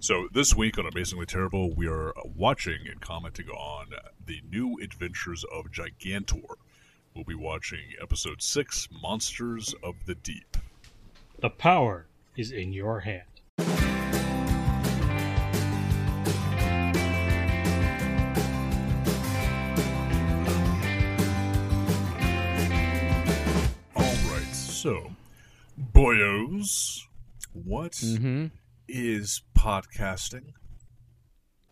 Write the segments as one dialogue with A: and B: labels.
A: So this week on Amazingly Terrible, we are watching and commenting on the new adventures of Gigantor. We'll be watching episode six, Monsters of the Deep.
B: The power is in your hand.
A: All right, so boyos, what is
C: Mm-hmm.
A: podcasting?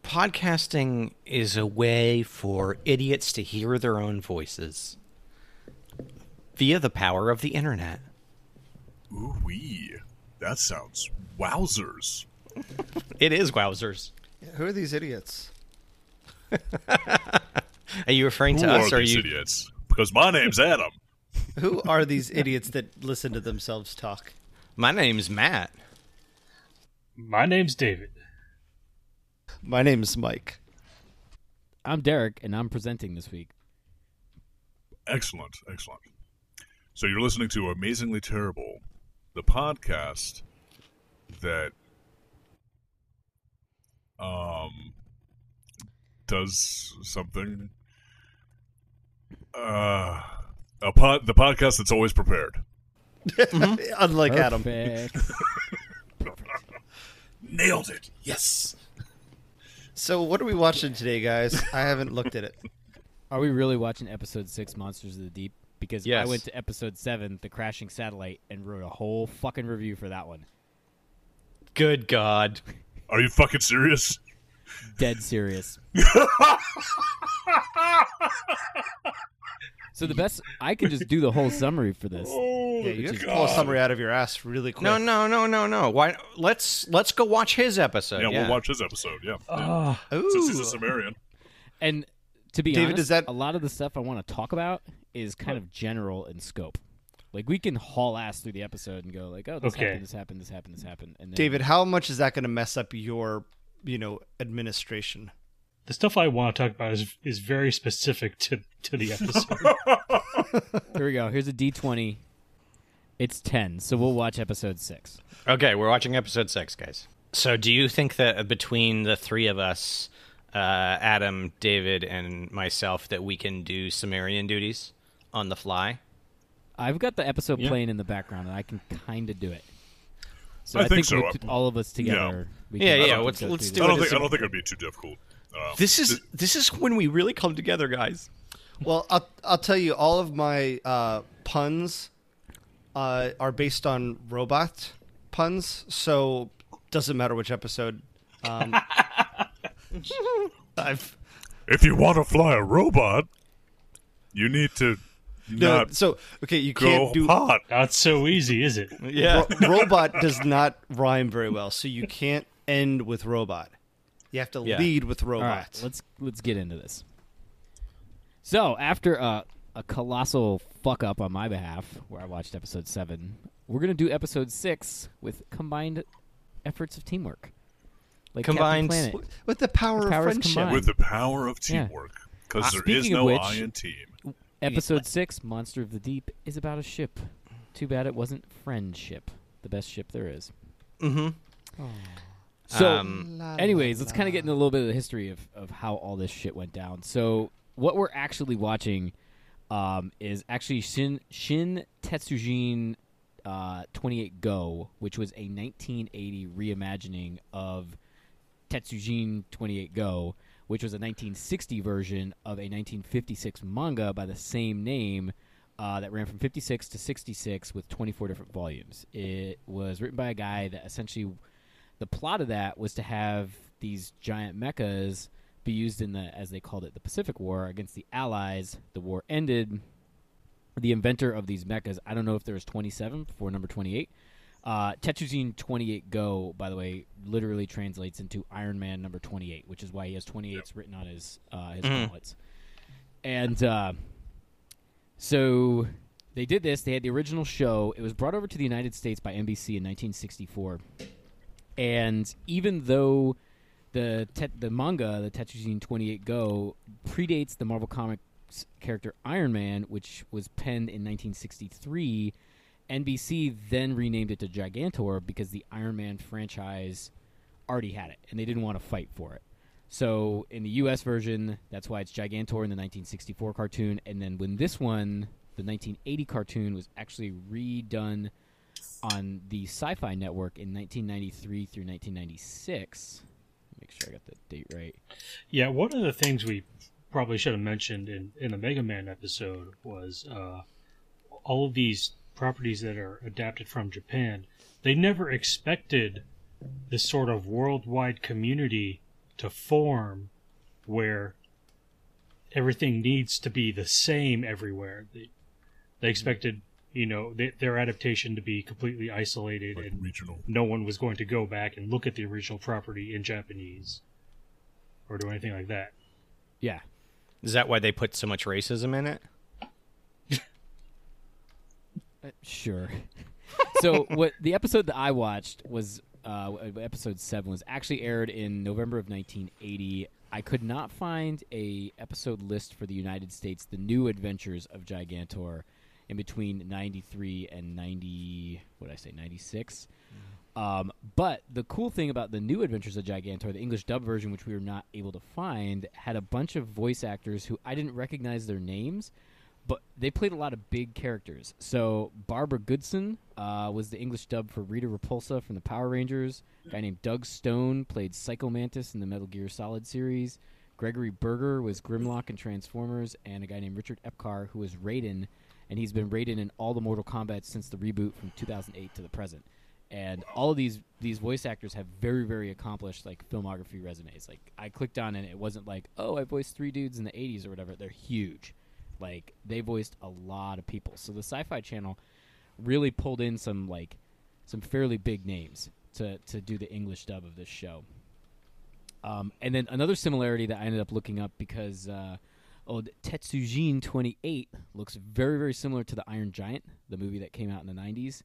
C: Podcasting is a way for idiots to hear their own voices via the power of the internet.
A: Ooh wee, that sounds wowzers.
C: It is wowzers.
D: Who are these idiots?
C: Are you referring
A: Who
C: to us?
A: are
C: or are
A: these
C: you?
A: idiots? Because my name's Adam.
D: Who are these idiots that listen to themselves talk?
C: My name's Matt.
B: My name's David.
D: My name's Mike.
E: I'm Derek, and I'm presenting this week.
A: Excellent, excellent. So you're listening to Amazingly Terrible, the podcast that um does something uh a pod the podcast that's always prepared.
D: Hmm? Unlike Adam.
E: Perfect.
A: Nailed it. Yes.
D: So, what are we watching today, guys? I haven't looked at it.
E: Are we really watching episode six, Monsters of the Deep? Because
C: Yes.
E: I went to episode seven, The Crashing Satellite, and wrote a whole fucking review for that one.
C: Good God.
A: Are you fucking serious?
E: Dead serious. so the best I can just do the whole summary for this.
A: Oh,
D: Yeah, you have to pull a summary out of your ass really quick.
C: No, no, no, no, no. Why? Let's let's go watch his episode.
A: yeah, we'll watch his episode. Yeah,
C: Ah.
E: Ugh.
A: since he's
D: Ooh.
A: a Sumerian.
E: And to be
D: David,
E: honest,
D: is that-
E: a lot of the stuff I want to talk about is kind of general in scope. Like we can haul ass through the episode and go like, oh, this
B: Okay.
E: happened, this happened, this happened, this happened, and then
D: David, how much is that going to mess up your, you know, administration?
B: The stuff I want to talk about is is very specific to to the episode.
E: Here we go. Here's a D20. It's 10, so we'll watch episode 6.
C: Okay, we're watching episode six, guys. So, do you think that uh, between the three of us, uh, Adam, David, and myself, that we can do Sumerian duties on the fly?
E: I've got the episode
B: Yeah.
E: playing in the background, and I can kind of do it. So
A: I
E: I,
A: think
E: think,
A: so.
E: we t- all of us together. We
C: Yeah,
E: can
C: yeah,
E: go
C: let's-
E: through
C: let's
E: this.
C: do
A: I
C: it
A: don't
C: as
A: think I
C: a-
A: don't think it'd be too difficult. Uh,
C: This is this is when we really come together, guys.
D: Well, I'll, I'll tell you, all of my uh, puns uh, are based on robot puns, so doesn't matter which episode. Um, I've
A: if you want to fly a robot, you need to
D: no,
A: not
D: so okay, you
A: go
D: can't do
A: hot.
B: Not so easy, is it?
C: Yeah.
D: Ro- robot does not rhyme very well, so you can't end with robot. You have to
C: Yeah.
D: lead with
E: All
D: robot.
E: right, let's let's get into this. So, after a, a colossal fuck up on my behalf, where I watched episode 7, we're going to do episode 6 with combined efforts of teamwork. Like Captain
C: Combined
E: Planet.
D: W- with the power
E: The
D: of
E: powers
D: friendship.
E: combined.
A: With the power of
E: Yeah.
A: teamwork, because
E: Uh,
A: there is
E: speaking of
A: no
E: which-
A: I in team.
E: Episode six, Monster of the Deep, is about a ship. Too bad it wasn't Friendship, the best ship there is.
C: Mm-hmm.
E: So,
C: Um,
E: anyways, let's kind of get into a little bit of the history of, of how all this shit went down. So, what we're actually watching um, is actually Shin Shin Tetsujin uh, 28 Go, which was a 1980 reimagining of Tetsujin 28 Go, which was a 1960 version of a 1956 manga by the same name uh, that ran from 56 to 66 with 24 different volumes. It was written by a guy that essentially the plot of that was to have these giant mechas be used in the, as they called it, the Pacific War against the Allies. The war ended the inventor of these mechas. I don't know if there was 27 before number 28. Uh, Tetsujin 28 Go, by the way, literally translates into Iron Man number 28, which is why he has 28s written on his uh, his gauntlets. And uh, so they did this. They had the original show. It was brought over to the United States by NBC in 1964. And even though the te- the manga, the Tetsujin 28 Go, predates the Marvel Comics character Iron Man, which was penned in 1963, NBC then renamed it to Gigantor because the Iron Man franchise already had it, and they didn't want to fight for it. So in the U.S. version, that's why it's Gigantor in the 1964 cartoon, and then when this one, the 1980 cartoon, was actually redone on the Sci-Fi Network in 1993 through 1996. Make sure I got the date right.
B: Yeah, one of the things we probably should have mentioned in, in the Mega Man episode was uh, all of these properties that are adapted from Japan, they never expected this sort of worldwide community to form where everything needs to be the same everywhere. They, they expected, you know, they, their adaptation to be completely isolated
A: like
B: and
A: regional.
B: no one was going to go back and look at the original property in Japanese or do anything like that.
E: Yeah,
C: Is that why they put so much racism in it?
E: Uh, sure. so what the episode that I watched was uh, w- episode seven was actually aired in November of 1980. I could not find a episode list for the United States: The New Adventures of Gigantor, in between 93 and 90. What did I say? 96. Um, but the cool thing about the new Adventures of Gigantor, the English dub version, which we were not able to find, had a bunch of voice actors who I didn't recognize their names, but they played a lot of big characters. So Barbara Goodson uh, was the English dub for Rita Repulsa from the Power Rangers. A guy named Doug Stone played Psycho Mantis in the Metal Gear Solid series. Gregory Berger was Grimlock in Transformers, and a guy named Richard Epcar who was Raiden, and he's been Raiden in all the Mortal Kombat since the reboot from 2008 to the present. And all of these these voice actors have very very accomplished like filmography resumes. Like I clicked on and it wasn't like oh I voiced three dudes in the 80s or whatever. They're huge. Like they voiced a lot of people. So the Sci-Fi Channel really pulled in some like some fairly big names to to do the English dub of this show. Um, and then another similarity that I ended up looking up because uh, old Tetsujin 28 looks very, very similar to the Iron Giant, the movie that came out in the 90s.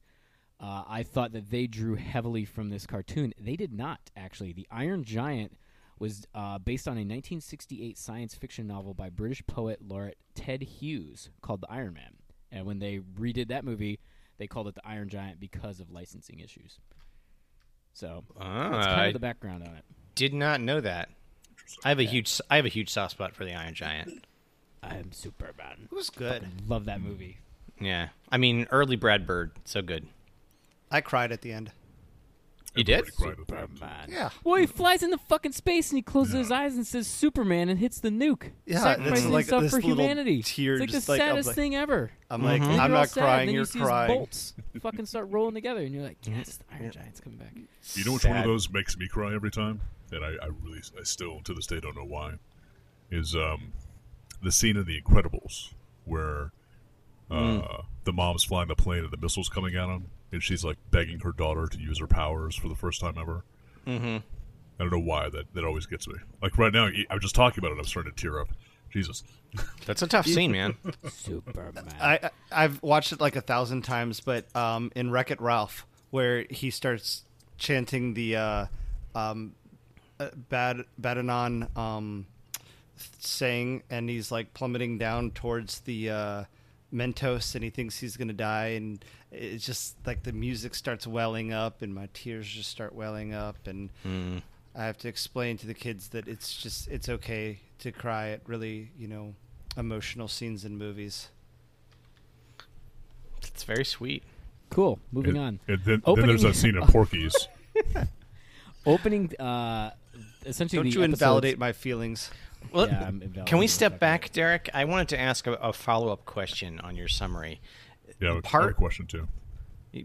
E: Uh, I thought that they drew heavily from this cartoon. They did not, actually. The Iron Giant was uh, based on a 1968 science fiction novel by British poet laureate Ted Hughes called The Iron Man. And when they redid that movie, they called it The Iron Giant because of licensing issues. So that's kind
C: I-
E: of the background on it.
C: Did not know that. I have a huge I have a huge soft spot for the Iron Giant.
E: I'm Superman.
D: It was good.
E: Love that movie.
C: Yeah. I mean early Brad Bird, so good.
D: I cried at the end.
C: You did?
A: Everybody cried at that.
D: Yeah.
E: Well, he flies into fucking space and he closes his eyes and says Superman and hits the nuke.
D: Yeah,
E: sacrificing
D: it's like
E: himself
D: this
E: for
D: little
E: humanity.
D: tear
E: it's like
D: just
E: the
D: like- I'm
E: saddest
D: like-
E: thing ever.
D: I'm like,
E: And
D: I'm
E: you're all
D: not
E: sad,
D: crying,
E: And then
D: you're
E: you see his
D: crying.
E: bolts fucking start rolling together, and you're like, yes, the Iron Giant's coming back.
A: You know which one of
C: Sad.
A: those makes me cry every time, and I, I really, I still to this day don't know why, is um, the scene in The Incredibles where uh, the mom's flying the plane and the missiles coming at him, and she's like begging her daughter to use her powers for the first time ever. Mm-hmm. I don't know why that that always gets me. Like right now, I'm just talking about it, I'm starting to tear up. Jesus,
C: That's a tough scene, man.
E: Superman.
D: I I- I've watched it like a thousand times, but um, in Wreck It Ralph, where he starts chanting the uh, um, uh, Bad Badanon um, saying, and he's like plummeting down towards the uh, Mentos, and he thinks he's gonna die, and it's just like the music starts welling up, and my tears just start welling up, and I have to explain to the kids that it's just it's okay to cry at really you know emotional scenes in movies.
C: It's very sweet.
E: cool. Moving
A: and,
E: on.
A: And then, then
E: Opening- Oh.
A: there's that scene in Porky's.
E: Opening. Uh, essentially,
D: Don't
E: the
D: you
E: episodes-
D: invalidate my feelings?
C: Well,
E: Yeah, I'm invalid
C: can we
E: in
C: step
E: fucking-
C: back, Derek? I wanted to ask a, a follow-up question on your summary.
A: Yeah, I had a
C: Part-
A: question too.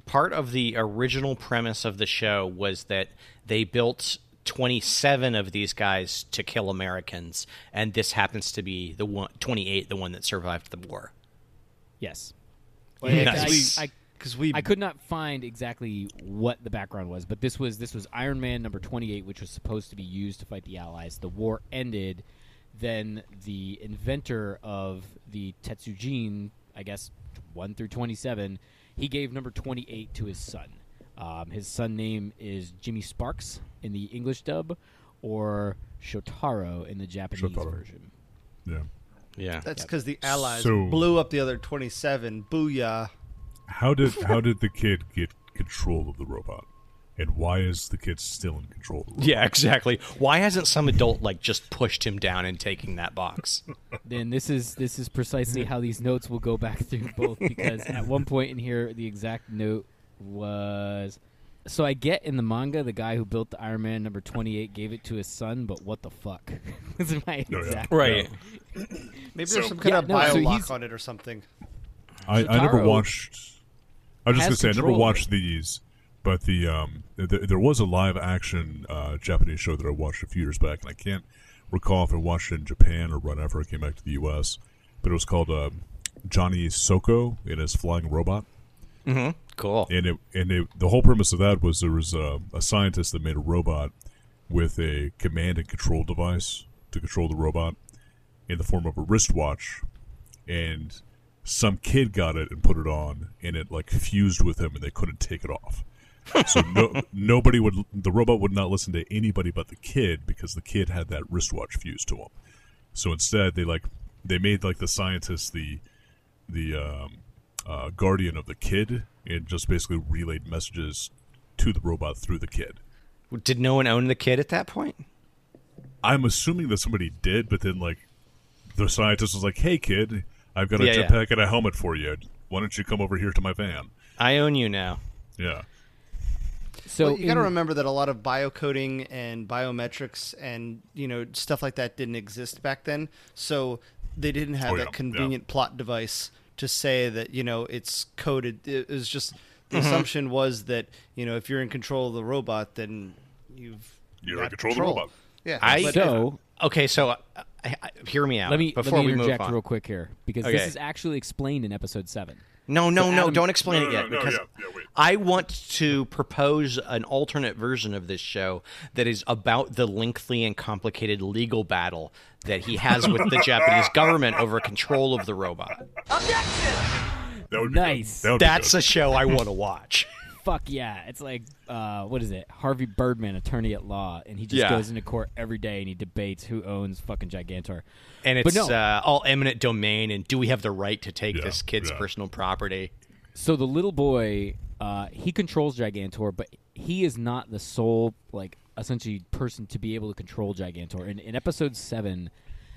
C: Part of the original premise of the show was that they built 27 of these guys to kill Americans, and this happens to be the one, 28, the one that survived the war.
E: Yes.
D: Because
C: Nice.
E: I- I-
D: we,
E: I could not find exactly what the background was, but this was this was Iron Man number twenty eight, which was supposed to be used to fight the Allies. The war ended. Then the inventor of the Tetsujin, I guess one through twenty seven, he gave number twenty eight to his son. Um, his son name is Jimmy Sparks in the English dub, or Shotaro in the Japanese
A: Shotaro.
E: version.
A: Yeah.
C: Yeah.
D: That's because the Allies
A: So-
D: blew up the other twenty-seven. Booyah!
A: How did how did the kid get control of the robot? and why is the kid still in control? of the room?
C: Yeah, exactly. Why hasn't some adult like just pushed him down and taking that box?
E: Then this is this is precisely how these notes will go back through both because at one point in here the exact note was so I get in the manga the guy who built the Iron Man number 28 gave it to his son but what the fuck was my
A: yeah.
E: exact
C: Right.
D: Maybe
A: So-
D: there's some kind
E: Yeah,
D: of
E: no,
D: bio
E: so he's-
D: lock on it or something.
A: I, I never
E: Taro
A: watched. I was just gonna
E: has
A: say I never
E: control.
A: watched these, but the um th- there was a live action uh, Japanese show that I watched a few years back, and I can't recall if I watched it in Japan or right after I came back to the U.S. But it was called uh, Johnny Soko and his flying robot,
C: Cool.
A: and it and it, the whole premise of that was there was a, a scientist that made a robot with a command and control device to control the robot in the form of a wristwatch and some kid got it and put it on and it like fused with him and they couldn't take it off so no, nobody would the robot would not listen to anybody but the kid because the kid had that wristwatch fused to him so instead they like they made like the scientist the the um, uh, guardian of the kid and just basically relayed messages to the robot through the kid
C: Did no one own the kid at that point?
A: I'm assuming that somebody did, but then like the scientist was like, "Hey, kid, I've got a
C: Yeah, yeah.
A: jetpack and a helmet for you. Why don't you come over here to my van?"
C: I own you now.
A: Yeah,
E: so
D: well, you got to
E: in-
D: remember that a lot of biocoding and biometrics and you know stuff like that didn't exist back then, so they didn't have
A: Oh, yeah,
D: that convenient plot device to say that you know it's coded. It was just the
E: Mm-hmm.
D: assumption was that you know if you're in control of the robot, then you've
A: You're
D: got
A: in control of the robot.
D: Yeah,
C: I-
D: but-
E: so
C: Okay, so uh, I, I, hear me out.
E: let me
C: before
E: let me
C: we move
E: interject
C: on.
E: real quick here because this
C: Okay.
E: is actually explained in episode 7
C: No, no, no!
E: Adam-
C: Don't explain
A: No,
C: it
A: no, no,
C: yet
A: no,
C: because
A: yeah, yeah, wait.
C: I want to propose an alternate version of this show that is about the lengthy and complicated legal battle that he has with the Japanese government over control of the robot.
A: that would be
E: Nice.
A: Good. That would
C: That's
A: be
C: a show I want to watch.
E: fuck yeah it's like uh, what is it harvey birdman attorney at law and he just
C: Yeah.
E: goes into court every day and he debates who owns fucking gigantor
C: And
E: But
C: it's
E: no.
C: uh, all eminent domain, and do we have the right to take
A: Yeah,
C: this kid's
A: yeah.
C: personal property?
E: so the little boy uh, he controls gigantor but he is not the sole like essentially person to be able to control gigantor in, in episode 7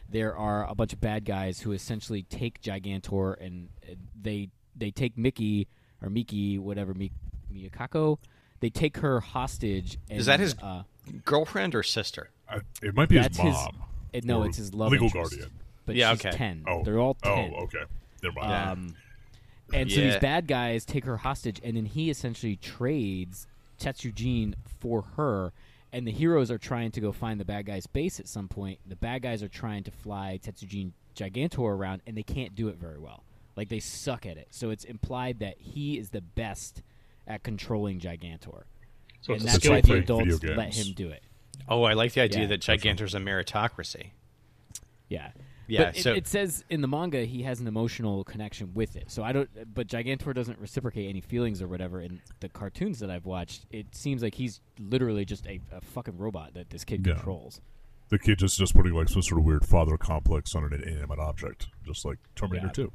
E: there are a bunch of bad guys who essentially take gigantor and uh, they they take mickey or miki whatever Mi- miyakako they take her hostage and,
C: Is that his
E: uh,
C: girlfriend or sister?
A: good. I, it might be
E: That's
A: his
E: his-
A: mom.
E: it- no,
A: or
E: it's his love
A: legal
E: interest.
A: guardian.
E: but
C: Yeah,
E: she's
C: okay.
E: 10
A: Oh,
E: they're all 10
A: Oh, okay. Never mind.
E: Um, and so these
C: Yeah.
E: bad guys take her hostage, and then he essentially trades Tetsujin for her. And the heroes are trying to go find the bad guy's base at some point. The bad guys are trying to fly Tetsujin Gigantor around, and they can't do it very well. Like they suck at it. So it's implied that he is the best at controlling Gigantor,
B: So
E: and
B: it's a
E: that's
A: skill thing.
B: skill
E: why the
B: thing.
A: Video
E: adults let
A: games.
E: him do it.
C: Oh, I like the idea
E: Yeah.
C: that Gigantor's a meritocracy.
E: Yeah.
C: Yeah,
E: But it,
C: so-
E: it says in the manga he has an emotional connection with it. So I don't. But Gigantor doesn't reciprocate any feelings or whatever in the cartoons that I've watched. It seems like he's literally just a, a fucking robot that this kid
A: Yeah.
E: controls.
A: the kid just just putting like some sort of weird father complex on an inanimate object, just like Terminator
E: Yeah.
A: Two.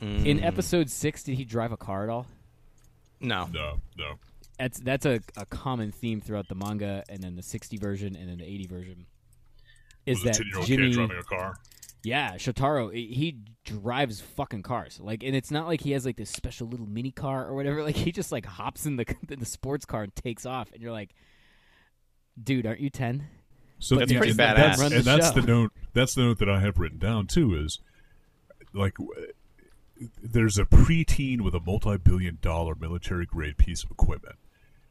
E: In episode six, did he drive a car at all?
C: No.
A: No, no.
E: That's that's a, a common theme throughout the manga, and then the sixty version, and then the eighty version. Is
A: was a
E: that
A: ten year old
E: Jimmy?
A: kid driving a car?
E: Yeah, Shotaro, i- he drives fucking cars. Like, and it's not like he has like this special little mini car or whatever. Like, he just like hops in the in the sports car and takes off. And you're like, dude, aren't you ten?
A: So
E: That's pretty
A: and
C: badass.
E: Run the
A: and that's
E: show.
A: the note. That's the note that I have written down too. Is like w- there's a preteen with a multi-billion-dollar military-grade piece of equipment.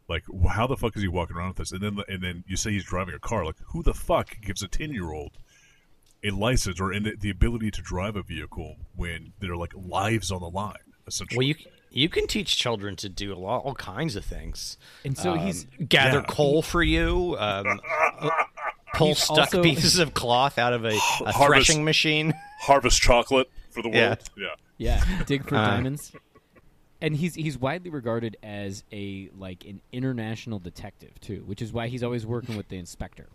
A: Like, wh- how the fuck is he walking around with this? And then, and then you say he's driving a car. Like, who the fuck gives a ten-year-old a license or in the, the ability to drive a vehicle when they're like lives on the line? Essentially,
C: Well, you you can teach children to do a lot, all kinds of things.
E: And so he's
C: Gather
A: Yeah.
C: coal for you. Um, pull stuck
E: also-
C: pieces of cloth out of a, a
A: Harvest.
C: threshing machine.
A: harvest chocolate for the
C: Yeah.
A: world. Yeah,
E: yeah, dig for diamonds. And he's he's widely regarded as a like an international detective too, which is why he's always working with the inspector.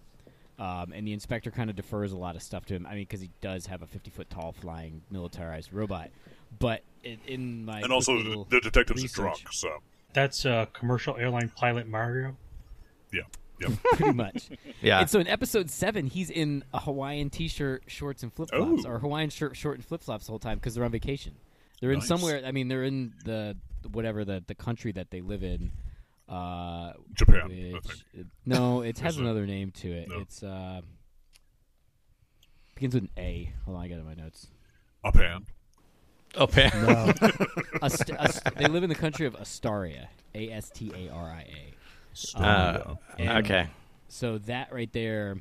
E: Um, and the inspector kind of defers a lot of stuff to him. I mean, because he does have a fifty foot tall flying militarized robot. But in, in my
A: and also
E: quick little
A: the detective's a
E: research-
A: drunk. So
B: that's uh, commercial airline pilot Mario.
A: Yeah. Yep.
E: pretty much.
C: Yeah.
E: And so in episode seven, he's in a Hawaiian t-shirt, shorts, and flip flops,
A: Oh.
E: or Hawaiian shirt, short, and flip flops the whole time because they're on vacation. They're in
A: Nice.
E: somewhere. I mean, they're in the whatever the the country that they live in. Uh,
A: Japan, I
E: which-
A: think.
E: it- no, it has
A: Is it?
E: another name to it.
A: No.
E: It's uh, begins with an A. Hold on, I got it in my notes.
A: Up and
C: Okay.
E: Ast- Ast- they live in the country of Astaria. A S T A R I A.
C: Uh,
E: and-
C: okay.
E: So that right there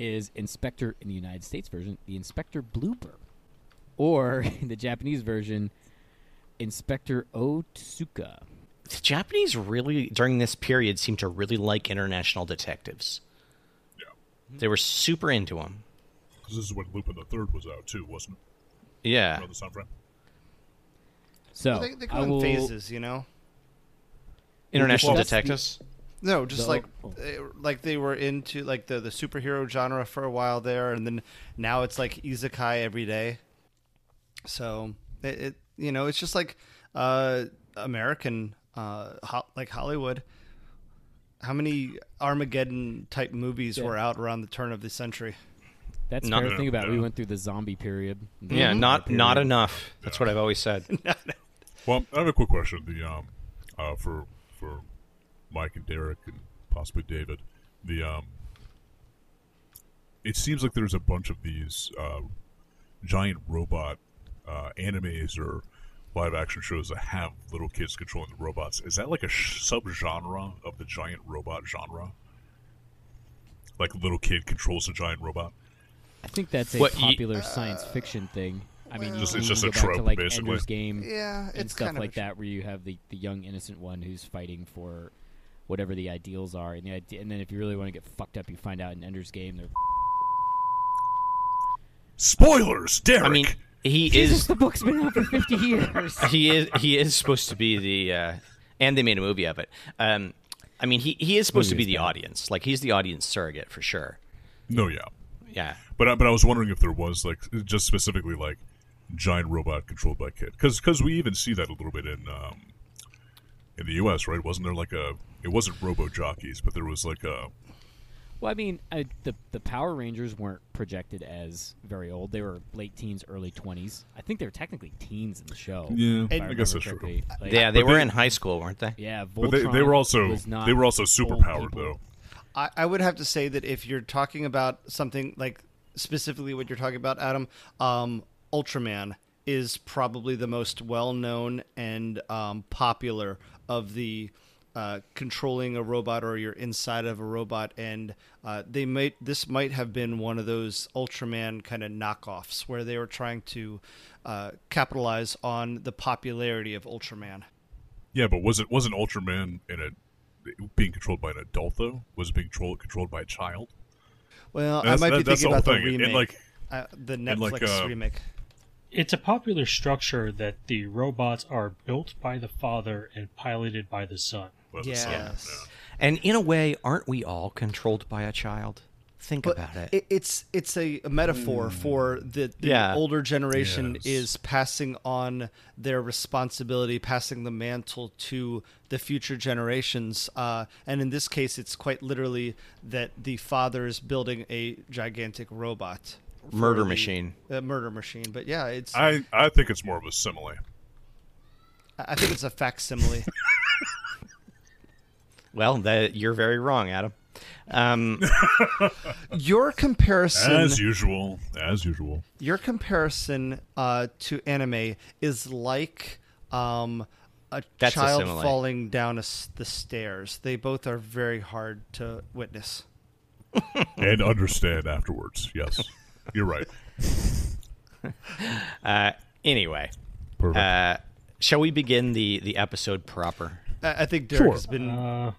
E: is Inspector in the United States version, the Inspector Blooper, or in the Japanese version, Inspector Otsuka.
C: The Japanese really during this period seemed to really like international detectives.
A: Yeah.
C: They were super into them.
A: Because this is when Lupin the Third was out too, wasn't it?
C: Yeah.
A: Around this time frame.
E: So
D: they, they go
E: I
D: in
E: will,
D: phases, you know.
C: International
E: That's the-
C: detectives.
D: No, just
E: The-
D: like
E: oh.
D: eh, like they were into like the the superhero genre for a while there, and then now it's like izakai every day. So it, it you know it's just like uh American uh ho- like Hollywood. How many Armageddon type movies were out around the turn of the century?
E: That's
C: No,
E: fair
C: no,
E: to
A: no,
E: think about. We
A: no.
E: went through the zombie Mm-hmm. period.
C: Yeah, not not enough. That's what I've always said.
A: Well, I have a quick question. The um, uh, for for Mike and Derek and possibly David. The um, it seems like there's a bunch of these uh, giant robot uh, animes or live action shows that have little kids controlling the robots. Is that like a sh- subgenre of the giant robot genre? Like little kid controls a giant robot.
E: I think that's a
C: What ye-
D: Uh,
E: popular science fiction thing. I mean,
A: Just-
E: you
A: it's
E: can
A: just
E: go
A: a
E: back to
A: trope,
E: like
A: basically.
E: Ender's Game.
D: Yeah,
E: and
D: it's
E: stuff
D: kind of
E: like
D: a-
E: that, where you have the, the young innocent one who's fighting for whatever the ideals are, and the ide- and then if you really want to get fucked up, you find out in Ender's Game they're
A: Spoilers, Derek.
C: I mean, he
E: Jesus,
C: is
E: the book's been out for fifty years.
C: he is he is supposed to be the uh, and they made a movie of it. Um, I mean, he he is supposed to
E: Movie
C: be
E: is
C: the
E: bad.
C: audience. Like he's the audience surrogate for sure.
A: no, yeah.
C: Yeah.
A: But I, but I was wondering if there was like just specifically like giant robot controlled by kid because we even see that a little bit in um, in the U.S. Right? Wasn't there like a it wasn't robo jockeys, but there was like a
E: well, I mean, I, the the Power Rangers weren't projected as very old; they were late teens, early twenties. I think they were technically teens in the show.
A: yeah.
E: if
A: I,
E: remember
A: guess that's true.
E: correctly. Like,
C: Yeah, they
A: But
C: were
A: they-
C: in high school, weren't they?
E: yeah.
A: But they, they
E: Voltron
A: were also
E: was not
A: they were also
E: old
A: super powered
E: people.
A: though.
D: I, I would have to say that if you're talking about something like specifically what you're talking about, Adam, um, Ultraman is probably the most well known and um, popular of the uh, controlling a robot or you're inside of a robot, and uh, they might this might have been one of those Ultraman kind of knockoffs where they were trying to uh, capitalize on the popularity of Ultraman.
A: Yeah, but was it wasn't Ultraman in a being controlled by an adult though? Was it being controlled controlled by a child?
D: Well,
A: That's-
D: I might
A: that-
D: be
A: that's
D: thinking
A: the whole
D: about the
A: thing. And,
D: remake,
A: like-
D: uh, the
A: and,
D: Netflix
A: like, uh,
D: remake.
B: It's a popular structure that the robots are built by the father and piloted by the son.
A: Well,
D: Yes.
A: so, uh,
C: And in a way, aren't we all controlled by a child? Think about it. Hmm.
D: it's it's a, a metaphor for the, the
C: Yeah.
D: older generation
A: Yes.
D: is passing on their responsibility, passing the mantle to the future generations. Uh, and in this case, it's quite literally that the father is building a gigantic robot, for
C: Murder
D: the-
C: machine.
D: a murder machine. But yeah, it's I,
A: I I think it's more of a simile.
D: I think it's a facsimile.
C: Well, that, you're very wrong, Adam. Um,
D: Your comparison,
A: As usual, as usual.
D: your comparison uh, to anime is like um, a
C: That's a
D: child
C: simile.
D: falling down a s the stairs. They both are very hard to witness.
A: and understand afterwards. Yes, you're right.
C: uh, anyway,
A: Perfect.
C: uh, shall we begin the the episode proper?
D: I, I think Derek
A: Sure.
D: has been
B: Uh,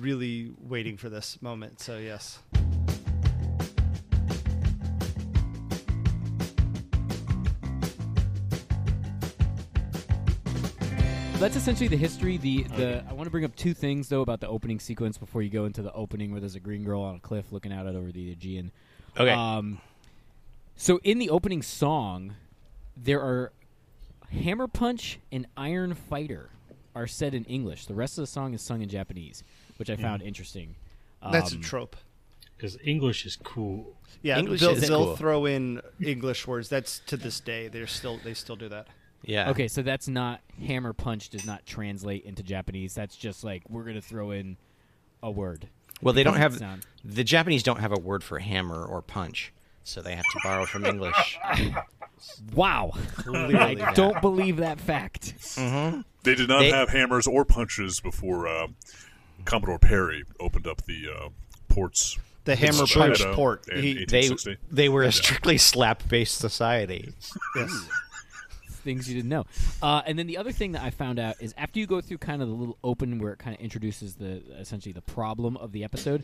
D: really waiting for this moment. So yes,
E: That's essentially the history. The the I want to bring up two things though about the opening sequence before you go into the opening where there's a green girl on a cliff looking out over the Aegean.
C: Okay.
E: Um, so in the opening song, there are Hammer Punch and Iron Fighter. are said in English. The rest of the song is sung in Japanese, which I found interesting.
D: That's
E: Um,
D: a trope.
B: because English is cool.
D: Yeah,
C: English
D: they'll,
C: is
D: they'll
C: cool.
D: throw in English words. That's to this day. They're still they still do that.
C: Yeah.
E: Okay, so that's not hammer punch does not translate into Japanese. That's just like we're gonna throw in a word.
C: Well, they don't
E: Doesn't
C: have
E: sound-
C: the Japanese don't have a word for hammer or punch, so they have to borrow from English.
E: Wow, I don't believe that fact.
A: They did not
C: They-
A: have hammers or punches before uh, Commodore Perry opened up the uh, ports.
D: The
A: in
D: hammer
A: Spaghetto
D: punch port.
A: in
D: He-
C: they
A: 1860.
C: they were a strictly slap based society.
D: Yes.
E: things you didn't know. Uh, and then the other thing that I found out is after you go through kind of the little open where it kind of introduces the essentially the problem of the episode,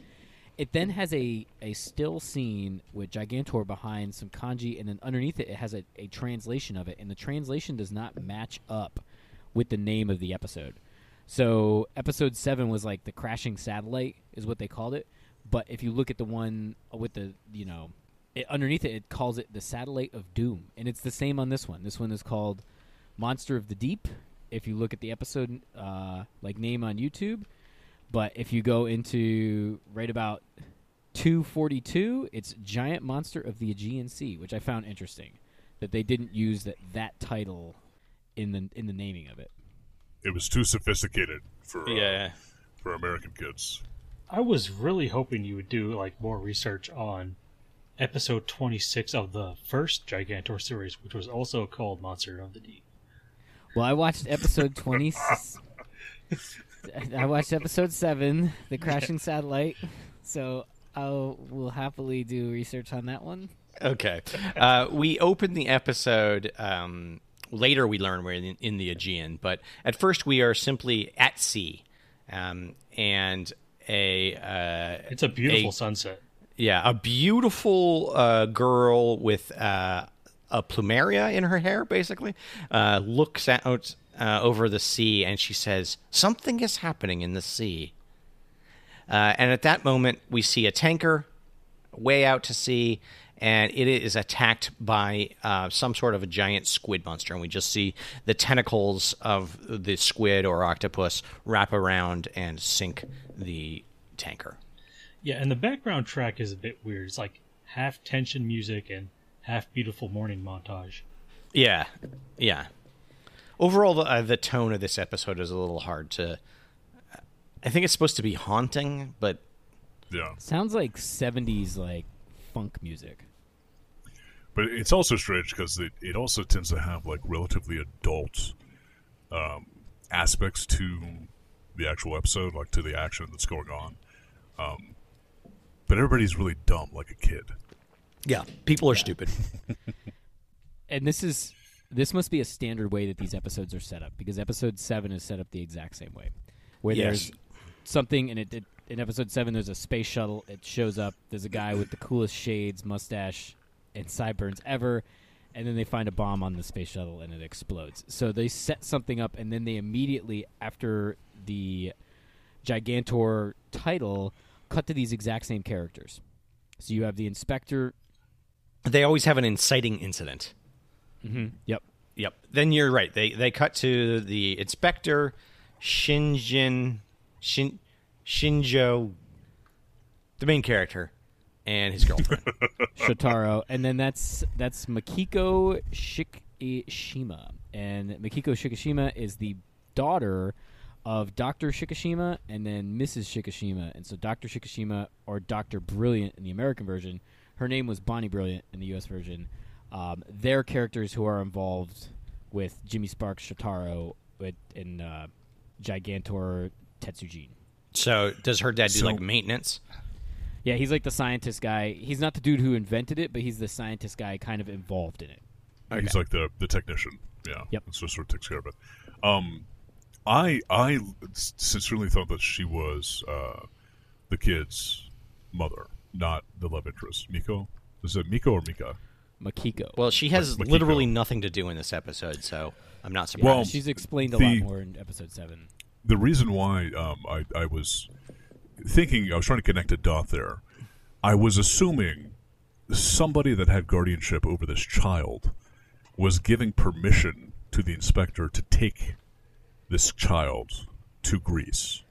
E: it then has a, a still scene with Gigantor behind some kanji, and then underneath it, it has a, a translation of it, and the translation does not match up with the name of the episode. So episode seven was like the crashing satellite is what they called it, but if you look at the one with the you know it, underneath it, it calls it the Satellite of Doom, and it's the same on this one. This one is called Monster of the Deep. If you look at the episode uh, like name on YouTube, but if you go into right about 242, it's Giant Monster of the Aegean Sea, which I found interesting that they didn't use that that title in the in the naming of it.
A: It was too sophisticated for uh, for American kids.
B: I was really hoping you would do like more research on episode 26 of the first Gigantor series, which was also called Monster of the Deep.
E: Well, I watched episode 20 I watched episode 7, The Crashing Satellite. So I will happily do research on that one.
C: Okay. Uh, we open the episode. Um, later, we learn we're in, in the Aegean, but at first, we are simply at sea. Um, and a uh,
B: It's a beautiful
C: A-
B: sunset.
C: yeah, a beautiful uh, girl with uh, a plumeria in her hair, basically, uh, looks out uh, over the sea and she says, "Something is happening in the sea." Uh, and at that moment, we see a tanker way out to sea, and it is attacked by uh, some sort of a giant squid monster. And we just see the tentacles of the squid or octopus wrap around and sink the tanker.
B: Yeah, and the background track is a bit weird. It's like half tension music and half beautiful morning montage.
C: Yeah, yeah. Overall, the, uh, the tone of this episode is a little hard to. I think it's supposed to be haunting, but
A: Yeah,
E: Sounds like 70s like funk music.
A: but it's also strange because it, it also tends to have like relatively adult um, aspects to the actual episode, like to the action that's going on. Um, but everybody's really dumb, like a kid.
C: yeah, people are stupid.
E: And this is this must be a standard way that these episodes are set up because episode 7 is set up the exact same way. Where
C: Yes.
E: there's something and it, it in episode 7 there's a space shuttle, it shows up, there's a guy with the coolest shades, mustache and sideburns ever. and then they find a bomb on the space shuttle and it explodes. So they set something up, and then they immediately, after the Gigantor title, cut to these exact same characters. So you have the inspector.
C: They always have an inciting incident.
E: Yep.
C: Yep. Then you're right. They they cut to the inspector, Shinjin, Shin, Shinjo, the main character, and his girlfriend.
E: Shotaro, and then that's that's Makiko Shikishima, and Makiko Shikishima is the daughter of Doctor Shikishima, and then Mrs. Shikishima, and so Doctor Shikishima or Doctor Brilliant in the American version, her name was Bonnie Brilliant in the U.S. version. Um, they're characters who are involved with Jimmy Sparks, Shotaro, with and uh, Gigantor Tetsujin.
C: so does her dad do
A: So-
C: like maintenance?
E: Yeah, he's like the scientist guy. He's not the dude who invented it, but he's the scientist guy kind of involved in it.
A: He's like the the technician. Yeah.
E: Yep.
A: That's what sort of takes care of it. Um, I I sincerely thought that she was uh, the kid's mother, not the love interest. Miko. Is it Miko or Mika?
E: Makiko.
C: Well, she has
A: Makiko.
C: literally nothing to do in this episode, so I'm not surprised.
A: Well,
E: uh, she's explained a
A: the-
E: lot more in episode seven.
A: the reason why um, I, I was thinking, I was trying to connect a dot there. I was assuming somebody that had guardianship over this child was giving permission to the inspector to take this child to Greece.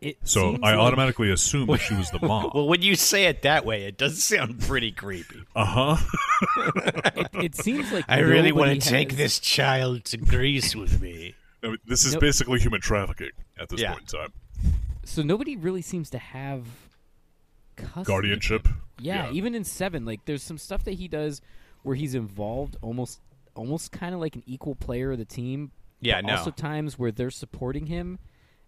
E: It
A: So
E: seems
A: I
E: like-
A: automatically assumed that she was the mom.
C: Well, when you say it that way, it does sound pretty creepy.
A: uh huh.
E: It seems like
C: I really
E: nobody
C: want to take
E: has-
C: this child to Greece with me.
A: This is
E: Nope.
A: basically human trafficking at this
C: Yeah.
A: point in time.
E: So nobody really seems to have custody.
A: Guardianship.
E: Yeah, even in seven, like there's some stuff that he does where he's involved almost, almost kind of like an equal player of the team. but
C: Yeah, no.
E: Also times where they're supporting him,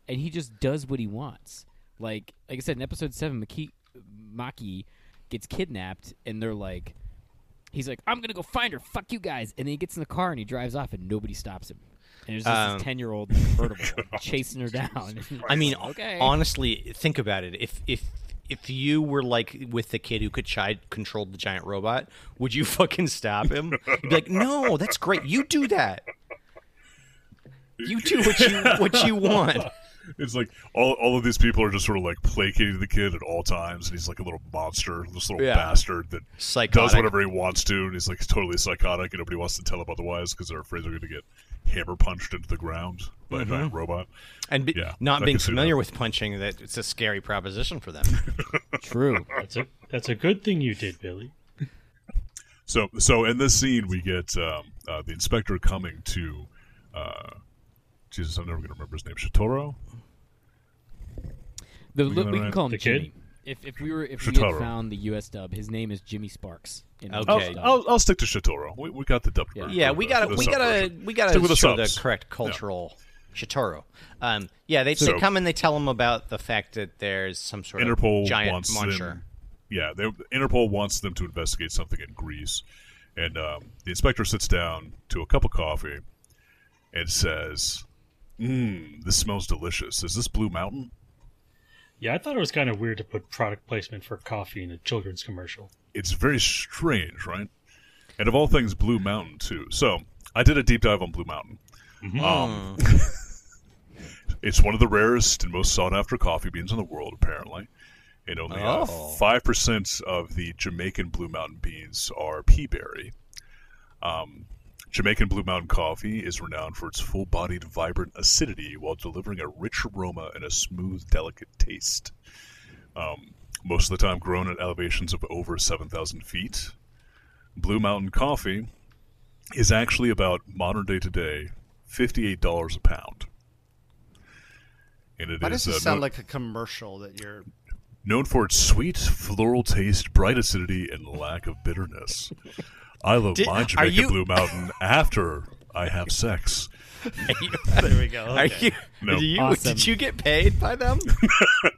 E: and he just does what he wants. Like, like I said in episode seven, Maki, Maki gets kidnapped, and they're like, he's like, I'm gonna go find her. Fuck you guys. And then he gets in the car and he drives off, and nobody stops him. And there's just
C: Um,
E: this ten year old convertible chasing her down.
C: I mean,
E: Okay.
C: honestly, think about it. If if if you were like with the kid who could chi- control the giant robot, would you fucking stop him? You'd be like, no, that's great. You do that. You do what you what you want.
A: It's like all, all of these people are just sort of like placating the kid at all times, and he's like a little monster, this little
C: Yeah.
A: bastard that
C: Psychotic.
A: does whatever he wants to, and he's like totally psychotic, and nobody wants to tell him otherwise because they're afraid they're going to get hammer punched into the ground by a
C: Mm-hmm.
A: giant robot.
C: And be,
A: Yeah, I
C: not
A: can
C: being
A: see
C: familiar
A: that.
C: with punching, that it's a scary proposition for them.
E: True.
B: That's a that's a good thing you did, Billy.
A: So, so in this scene, we get um, uh, the inspector coming to. Uh, Jesus, I'm never going to remember his name. Shatoro.
E: The,
A: We
E: look,
A: gonna
E: we can
A: write
E: call him
B: the kid?
E: Jimmy. If, if we were if we had
A: Shotaro.
E: found the U.S. dub, his name is Jimmy Sparks. in the
C: Okay.
E: US dub.
A: I'll, I'll stick to Shatoro. We, we got the dub.
E: Yeah.
A: or
C: Yeah,
A: the-
C: we gotta
A: the
C: we
A: sub
C: gotta
A: version.
C: we gotta
A: Stick with the
C: show the,
A: subs.
C: correct
A: Yeah.
C: cultural Shitaro. Um, yeah, they, they
A: So-
C: come and they tell him about the fact that there's some sort
A: Interpol
C: of giant
A: wants
C: muncher.
A: them. Yeah, they, Interpol wants them to investigate something in Greece, and um, the inspector sits down to a cup of coffee and says, "Mmm, this smells delicious. Is this Blue Mountain?"
B: Yeah, I thought it was kind of weird to put product placement for coffee in a children's commercial.
A: It's very strange, right? And of all things, Blue Mountain too. So I did a deep dive on Blue Mountain. Um, it's one of the rarest and most sought after coffee beans in the world, apparently. And only uh,
C: Oh.
A: five percent of the Jamaican Blue Mountain beans are pea berry. Um, Jamaican Blue Mountain coffee is renowned for its full-bodied, vibrant acidity while delivering a rich aroma and a smooth, delicate taste. Um, most of the time grown at elevations of over 7,000 feet, Blue Mountain coffee is actually about modern day today $58 a pound. And it is
D: Why does
A: uh,
D: this sound
A: no-
D: like a commercial that you're?
A: known for its sweet floral taste, bright acidity, and lack of bitterness. I love
C: Did-
A: my
C: are
A: Jamaican
C: you-
A: Blue Mountain after I have sex.
D: There we go.
C: Are
D: okay.
C: you,
A: No.
C: do you-
E: Awesome.
C: did you get paid by them?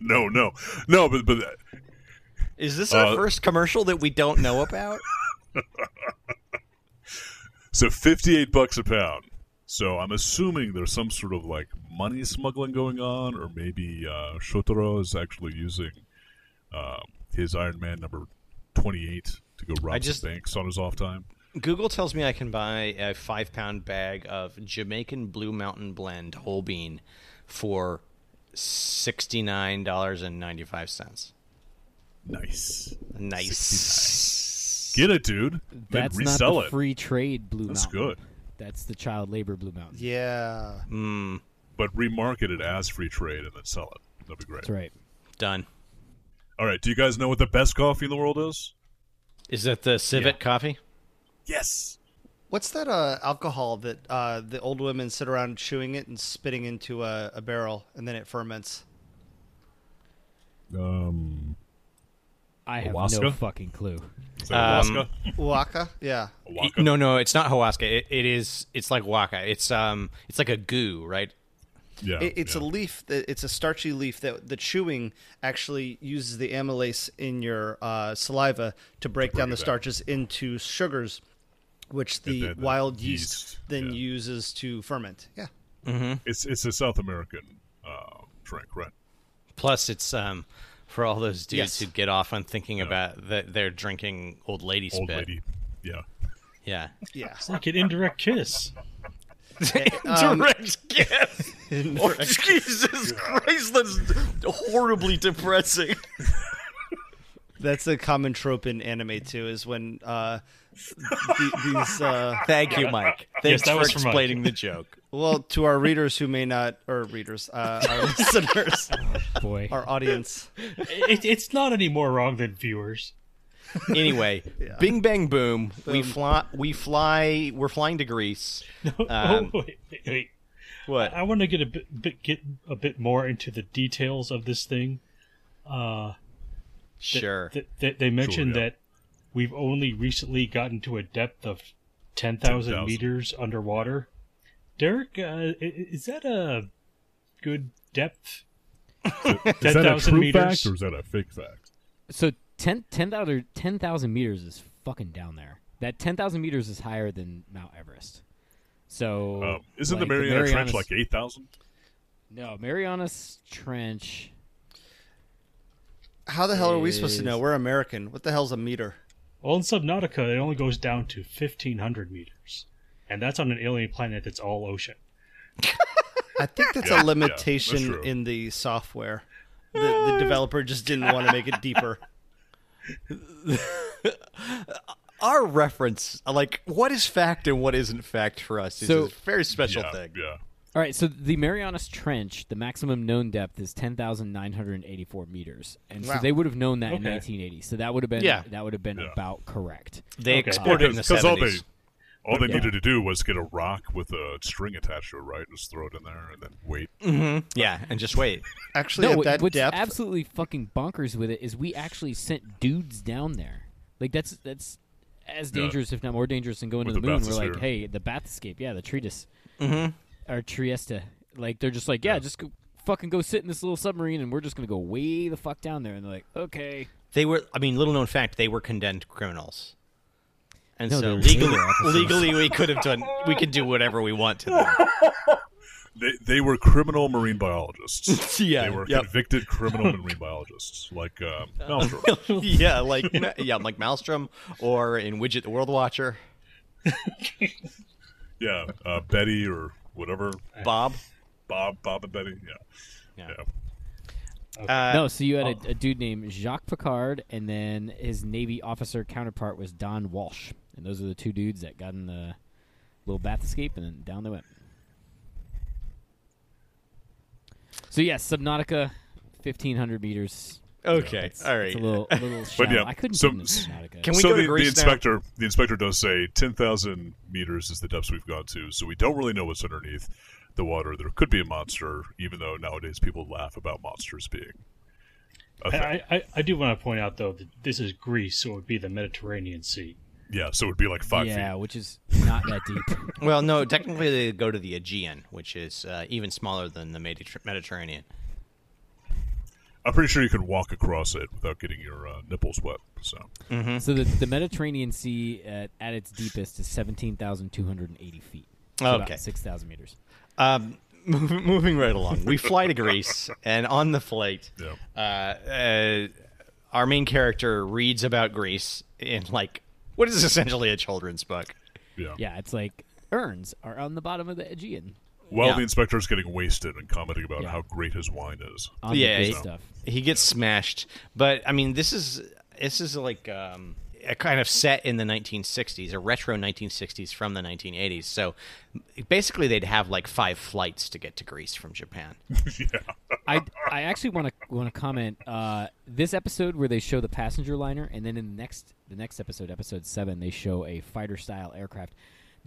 A: No, no, no, but but
C: Is this our
A: Uh,
C: first commercial that we don't know about?
A: so fifty-eight bucks a pound. So I'm assuming there's some sort of like money smuggling going on, or maybe uh, Shotaro is actually using uh, his Iron Man number twenty-eight to go rob
C: I just-
A: some banks on his off time.
C: Google tells me I can buy a five pound bag of Jamaican Blue Mountain Blend whole bean for sixty nine dollars and ninety five cents.
A: Nice,
C: Nice.
A: get it, dude. Then
E: that's not
A: resell
E: the
A: it.
E: free trade Blue
A: That's
E: Mountain.
A: good.
E: That's the child labor Blue Mountain.
D: Yeah.
C: Mm,
A: but remarket it as free trade and then sell it. That'd be great.
E: That's right.
C: done.
A: All right. Do you guys know what the best coffee in the world is?
C: Is that the civet coffee?
A: Yes.
D: What's that uh, alcohol that uh, the old women sit around chewing it and spitting into a, a barrel and then it ferments?
A: Um,
E: I have no
A: Alaska?
E: fucking clue.
A: is that
C: Um,
A: Alaska?
D: Waka? Yeah.
A: Waka?
C: No, no, it's not huasca. It, it is. It's like waka. It's um. It's like a goo, right?
A: Yeah.
D: It, it's
A: yeah.
D: a leaf that it's a starchy leaf that the chewing actually uses the amylase in your uh, saliva to break down the
A: it down.
D: starches into sugars, which the
A: then the
D: wild yeast,
A: yeast,
D: then
A: yeah.
D: uses to ferment. Yeah.
A: It's it's a South American uh, drink, right?
C: Plus, it's um. For all those dudes
D: Yes.
C: who get off on thinking about that they're drinking old lady
A: Old
C: spit.
A: lady. Yeah.
C: Yeah.
D: Yeah. Eh,
B: It's like an indirect kiss.
D: Um,
C: Direct kiss. Oh, Jesus Christ, that's horribly depressing.
D: That's a common trope in anime too. Is when uh, the- these uh,
C: Thank you, Mike. Thanks
B: that
C: for
B: was for Mike.
C: explaining the joke.
D: well to our readers who may not or readers uh, our listeners
E: boy.
D: our audience
B: it, it's not any more wrong than viewers.
C: Anyway, Bing Bang Boom. We fly. We fly. We're flying to Greece.
B: oh wait, wait, wait.
C: What?
B: I want to get a bit, bit get a bit more into the details of this thing.
C: sure.
B: Th- th- they mentioned
A: yeah.
B: that we've only recently gotten to a depth of ten thousand
A: 10,000.
B: meters underwater. Derek, uh, i- i- is that a good depth?
A: Is that a
B: 10,000
A: true
B: meters.
A: fact or is that a fake fact?
E: So 10 10,000 10,000 meters is fucking down there. That 10,000 meters is higher than Mount Everest. So
A: Um, isn't
E: like,
A: the Mariana Trench
E: Marianas-
A: like eight thousand?
E: No, Marianas Trench.
D: how the hell are we supposed to know we're american what the hell's a meter
B: Well, in Subnautica, it only goes down to fifteen hundred meters, and that's on an alien planet that's all ocean.
D: i think that's
A: Yeah, yeah,
D: a
A: that's
D: limitation
A: true.
D: in the software the, the developer just didn't want to make it deeper
C: Our reference, like what is fact and what isn't fact for us, is
E: So-
C: a very special
A: Yeah,
C: thing.
A: yeah.
E: All right, so the Marianas Trench, the maximum known depth is 10,984 meters. And
D: Wow.
E: so they would have known that in
B: Okay.
E: 1980. So that would have been
C: Yeah.
E: that would have been
A: Yeah.
E: about correct.
C: They
B: Okay.
C: exported in the
A: all they
C: seventies.
A: all they needed to do was get a rock with a string attached to it, right? Just throw it in there and then wait.
C: Yeah, and just wait.
D: actually
E: no,
D: at that
E: what's
D: depth
E: absolutely fucking bonkers with it is we actually sent dudes down there. Like that's that's as
A: Yeah.
E: dangerous, if not more dangerous, than going
A: With
E: to the,
A: the
E: moon. We're
A: bathysphere.
E: like, hey, the bath escape, yeah, the treatise,
D: Mm-hmm.
E: or Trieste. Like they're just like, yeah, just go, fucking go sit in this little submarine, and we're just gonna go way the fuck down there. And they're like, okay,
C: They were. I mean, little known fact, they were condemned criminals. And
E: No,
C: so
E: they were
C: legally,
E: naval officers.
C: legally, we could have done. We could do whatever we want to them.
A: They they were criminal marine biologists.
C: Yeah,
A: they were
C: yep. Oh.
A: convicted criminal marine biologists, like um, Maelstrom.
C: yeah, like yeah, like Maelstrom or in Widget the World Watcher,
A: yeah, uh, Betty or whatever,
C: Bob.
A: Bob, Bob and Betty. Yeah,
C: Yeah.
A: yeah.
C: Uh,
E: no. So you had
A: Oh.
E: a, a dude named Jacques Picard, and then his Navy officer counterpart was Don Walsh, and those are the two dudes that got in the little bath escape, and then down they went. So yes, Subnautica, fifteen hundred meters.
C: okay, all right.
E: It's a little, a little shallow.
A: yeah,
E: I couldn't
A: so-
E: put in Subnautica.
C: Can we
A: so
C: go
A: the,
C: to
A: the
C: Greece now?
A: inspector, the inspector does say ten thousand meters is the depths we've gone to, so we don't really know what's underneath the water. There could be a monster, even though nowadays people laugh about monsters being. A
B: I,
A: thing.
B: I, I- I do want to point out though that this is Greece, so it would be the Mediterranean Sea.
A: yeah, so it would be like five
E: yeah,
A: feet.
E: which is not that deep.
C: Well, no, technically they go to the Aegean, which is uh, even smaller than the Mediter- Mediterranean.
A: I'm pretty sure you could walk across it without getting your uh, nipples wet. So Hmm?
E: so the, the Mediterranean Sea at, at its deepest is seventeen thousand two hundred and eighty feet. So about
C: Okay.
E: six thousand meters.
C: Um, mov- moving right along, we fly to Greece, and on the flight,
A: yeah,
C: uh, our main character reads about Greece in like what is essentially a children's book.
A: yeah.
E: Yeah, it's like urns are on the bottom of the Aegean.
A: While
C: Yeah.
A: the inspector is getting wasted and commenting about
E: Yeah. Uh.
A: how great his wine is.
E: On
C: Yeah,
E: the
C: he-
E: good stuff.
C: He gets smashed, but I mean, this is this is like um, a kind of set in the 1960s, a retro 1960s from the 1980s. So basically, they'd have like five flights to get to Greece from Japan.
E: I, I actually want to want to comment uh, this episode where they show the passenger liner, and then in the next the next episode, episode seven, they show a fighter style aircraft.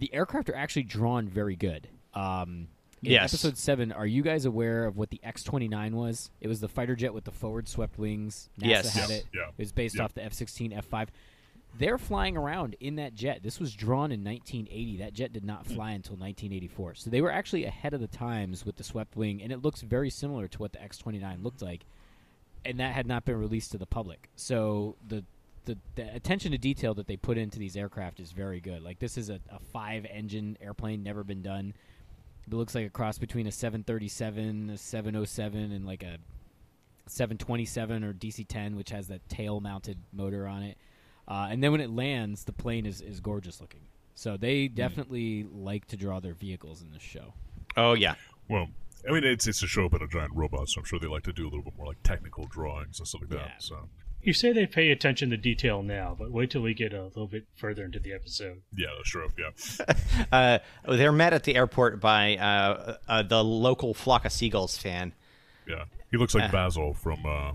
E: The aircraft are actually drawn very good. Um, in
C: Yes.
E: episode seven, are you guys aware of what the X twenty nine was? It was the fighter jet with the forward swept wings. NASA
C: Yes.
E: had
C: Yes.
E: it.
A: Yeah.
E: It was based
A: Yeah.
E: off the F sixteen F five. They're flying around in that jet. This was drawn in 1980. That jet did not fly until 1984. So they were actually ahead of the times with the swept wing, and it looks very similar to what the X 29 looked like. And that had not been released to the public. So the, the, the attention to detail that they put into these aircraft is very good. Like, this is a, a five engine airplane, never been done. It looks like a cross between a 737, a 707, and like a 727 or DC 10, which has that tail mounted motor on it. Uh, and then when it lands, the plane is, is gorgeous looking. So they
C: Mm.
E: definitely like to draw their vehicles in this show.
C: Oh yeah,
A: Well, I mean, it's it's a show about a giant robot, so I'm sure they like to do a little bit more like technical drawings and stuff like that.
E: Yeah.
A: So
B: You say they pay attention to detail now, but wait till we get a little bit further into the episode.
A: Yeah, that's true. Yeah.
C: Uh, they're met at the airport by uh, uh, the local flock of seagulls fan.
A: Yeah. He looks like Basil from uh,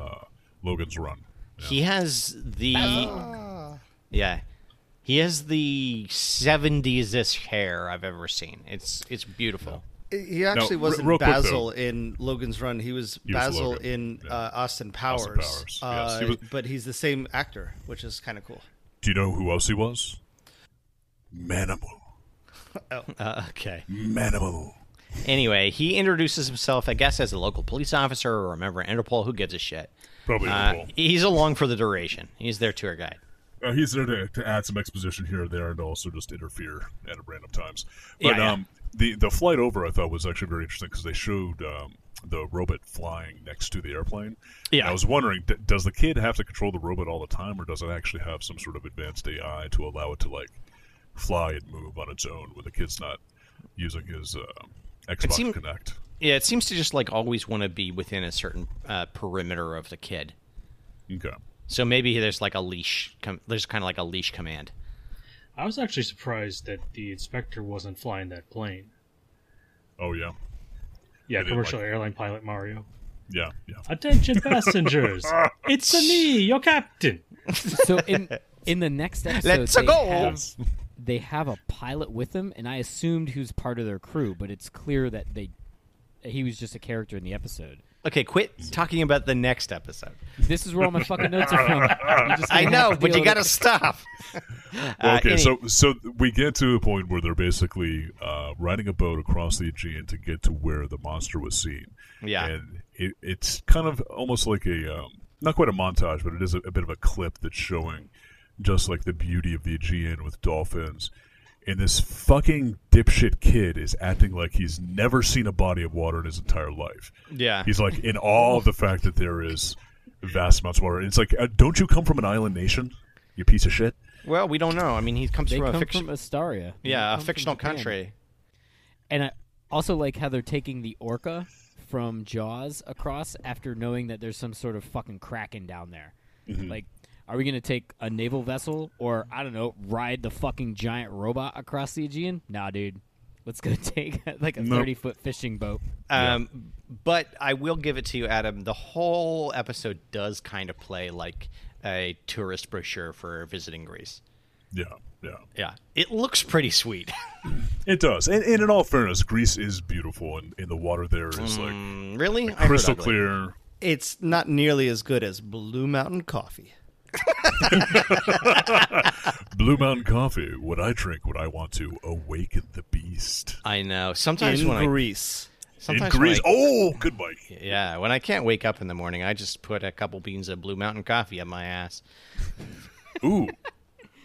A: uh, Logan's Run.
C: He has the yeah, he has the seventies ish hair I've ever seen. It's it's beautiful.
D: He actually
A: re-
D: wasn't
A: real quick,
D: Basil
A: though.
D: in Logan's Run. He was
A: was
D: Basil
A: Logan,
D: in
A: yeah.
D: uh, Austin Powers.
A: Powers, yes.
D: Uh,
A: He was-
D: But he's the same actor, which is kind of cool.
A: Do you know who else he was? Manimal.
C: Uh, okay.
A: Manimal.
C: Anyway, he introduces himself, I guess, as a local police officer or a member of Interpol. Who gives a shit?
A: Probably
C: Uh,
A: Interpol.
C: he's along for the duration. He's their tour guide.
A: Uh, he's there to, to add some exposition here and there, and also just interfere at random times.
C: Yeah,
A: But
C: yeah.
A: um, the the flight over, I thought was actually very interesting because they showed um, the robot flying next to the airplane.
C: Yeah.
A: And I was wondering, d- does the kid have to control the robot all the time, or does it actually have some sort of advanced AI to allow it to like fly and move on its own when the kid's not using his uh, Xbox
C: seem-
A: Connect?
C: Yeah, it seems to just like always want to be within a certain uh, perimeter of the kid.
A: Okay.
C: So maybe there's like a leash. Com- there's kind of like a leash command.
B: I was actually surprised that the inspector wasn't flying that plane.
A: Oh yeah.
B: Yeah,
A: They didn't
B: commercial
A: like-
B: airline pilot Mario.
A: Yeah. Yeah.
B: Attention, passengers! it's a me, your captain.
E: So in in the next episode,
C: Let's
E: they
C: go.
E: have they have a pilot with them, and I assumed who's part of their crew, but it's clear that they he was just a character in the episode.
C: Okay, quit talking about the next episode.
E: This is where all my fucking notes are from. You're just
C: I
E: gonna have
C: know,
E: to
C: but
E: deal with
C: you
E: it.
C: gotta stop. Uh,
A: okay,
C: any-
A: so so we get to a point where they're basically uh, riding a boat across the Aegean to get to where the monster was seen.
C: Yeah.
A: and it, it's kind of almost like a um, not quite a montage, but it is a, a bit of a clip that's showing just like the beauty of the Aegean with dolphins. And this fucking dipshit kid is acting like he's never seen a body of water in his entire life.
C: yeah,
A: He's like in awe of the fact that there is vast amounts of water. It's like, uh, don't you come from an island nation, you piece of shit?
C: well, we don't know. I mean, he comes
E: They
C: from a
E: come
C: fiction,
E: from Astaria. They
C: yeah,
E: come
C: a
E: from
C: fictional
E: Japan.
C: country.
E: And I also like how they're taking the orca from Jaws across after knowing that there's some sort of fucking kraken down there.
A: Mm-hmm.
E: Like, are we going to take a naval vessel or, I don't know, ride the fucking giant robot across the Aegean? Nah, dude. Let's go take like a 30
A: Nope.
E: foot fishing boat.
C: Um, but I will give it to you, Adam. The whole episode does kind of play like a tourist brochure for visiting Greece.
A: Yeah, yeah.
C: Yeah, it looks pretty sweet.
A: It does. And, and in all fairness, Greece is beautiful, and, and the water there is like
C: Mm, really, I heard
A: crystal
C: ugly.
A: clear.
D: It's not nearly as good as Blue Mountain Coffee.
A: Blue Mountain Coffee, what I drink when I want to awaken the beast.
C: I know. Sometimes
D: In
C: when I
D: Greece.
A: In
C: sometimes when
A: Greece.
C: I-
A: Oh, good Mike.
C: yeah, when I can't wake up in the morning, I just put a couple beans of Blue Mountain coffee up my ass.
A: Ooh.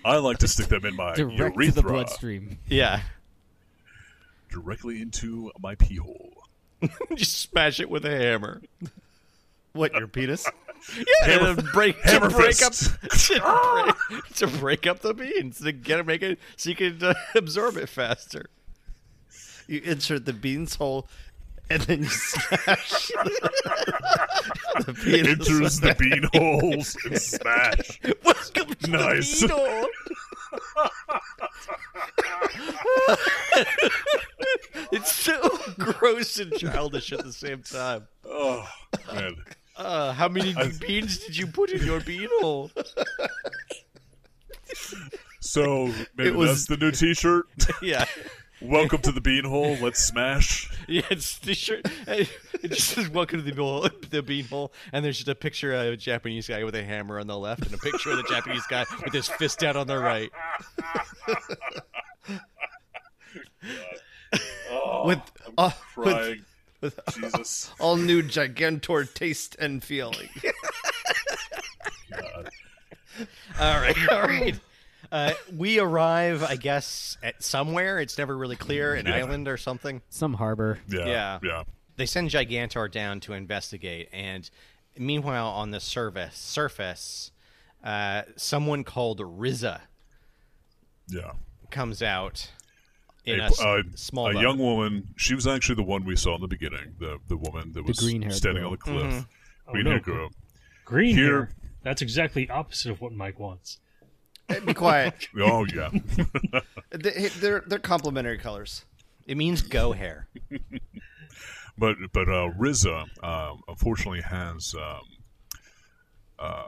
A: I like to stick them in my
E: Direct
A: urethra.
E: to the bloodstream.
C: Yeah,
A: Directly into my pee hole.
C: just smash it with a hammer.
D: What, your penis?
C: and then break to
A: hammer
C: break up
A: fist.
C: to break, to break up the beans to get it, make it so you can uh, absorb it faster.
D: You insert the beans hole and then you smash the penis.
A: Enters the bean holes and smash.
C: Welcome to
A: Nice.
C: the needle. it's so gross and childish at the same time.
A: Oh, man.
C: Uh, how many beans did you put in your beetle?
A: So, maybe
D: It
A: that's
D: was-
A: the new t shirt.
C: Yeah.
A: Welcome to the bean hole. Let's smash.
C: Yeah, it's the shirt. It just says "Welcome to the beanhole," the beanhole, and there's just a picture of a Japanese guy with a hammer on the left, and a picture of the Japanese guy with his fist out on the right.
A: Oh,
D: With, uh, with
A: crying. Jesus.
D: all new Gigantor taste and feeling.
C: All right, all right. Uh, we arrive, I guess, at somewhere. It's never really clear, an
A: Yeah.
C: island or something.
E: Some harbor.
A: Yeah.
C: Yeah.
A: Yeah.
C: They send Gigantor down to investigate, and meanwhile, on the surface, surface, uh, someone called Riza
A: Yeah.
C: comes out in
A: a,
C: a, s-
A: uh,
C: small
A: a
C: boat.
A: young woman. She was actually the one we saw in the beginning. The the woman that was
E: green-haired
A: standing
E: girl.
A: on the cliff.
B: Oh,
A: Green
B: no.
A: haired girl.
B: Green
A: Here,
B: hair. That's exactly opposite of what Mike wants.
D: Be quiet.
A: Oh yeah,
D: They- they're they're complementary colors.
C: It means go hair.
A: but but uh, Riza um, unfortunately has um, uh,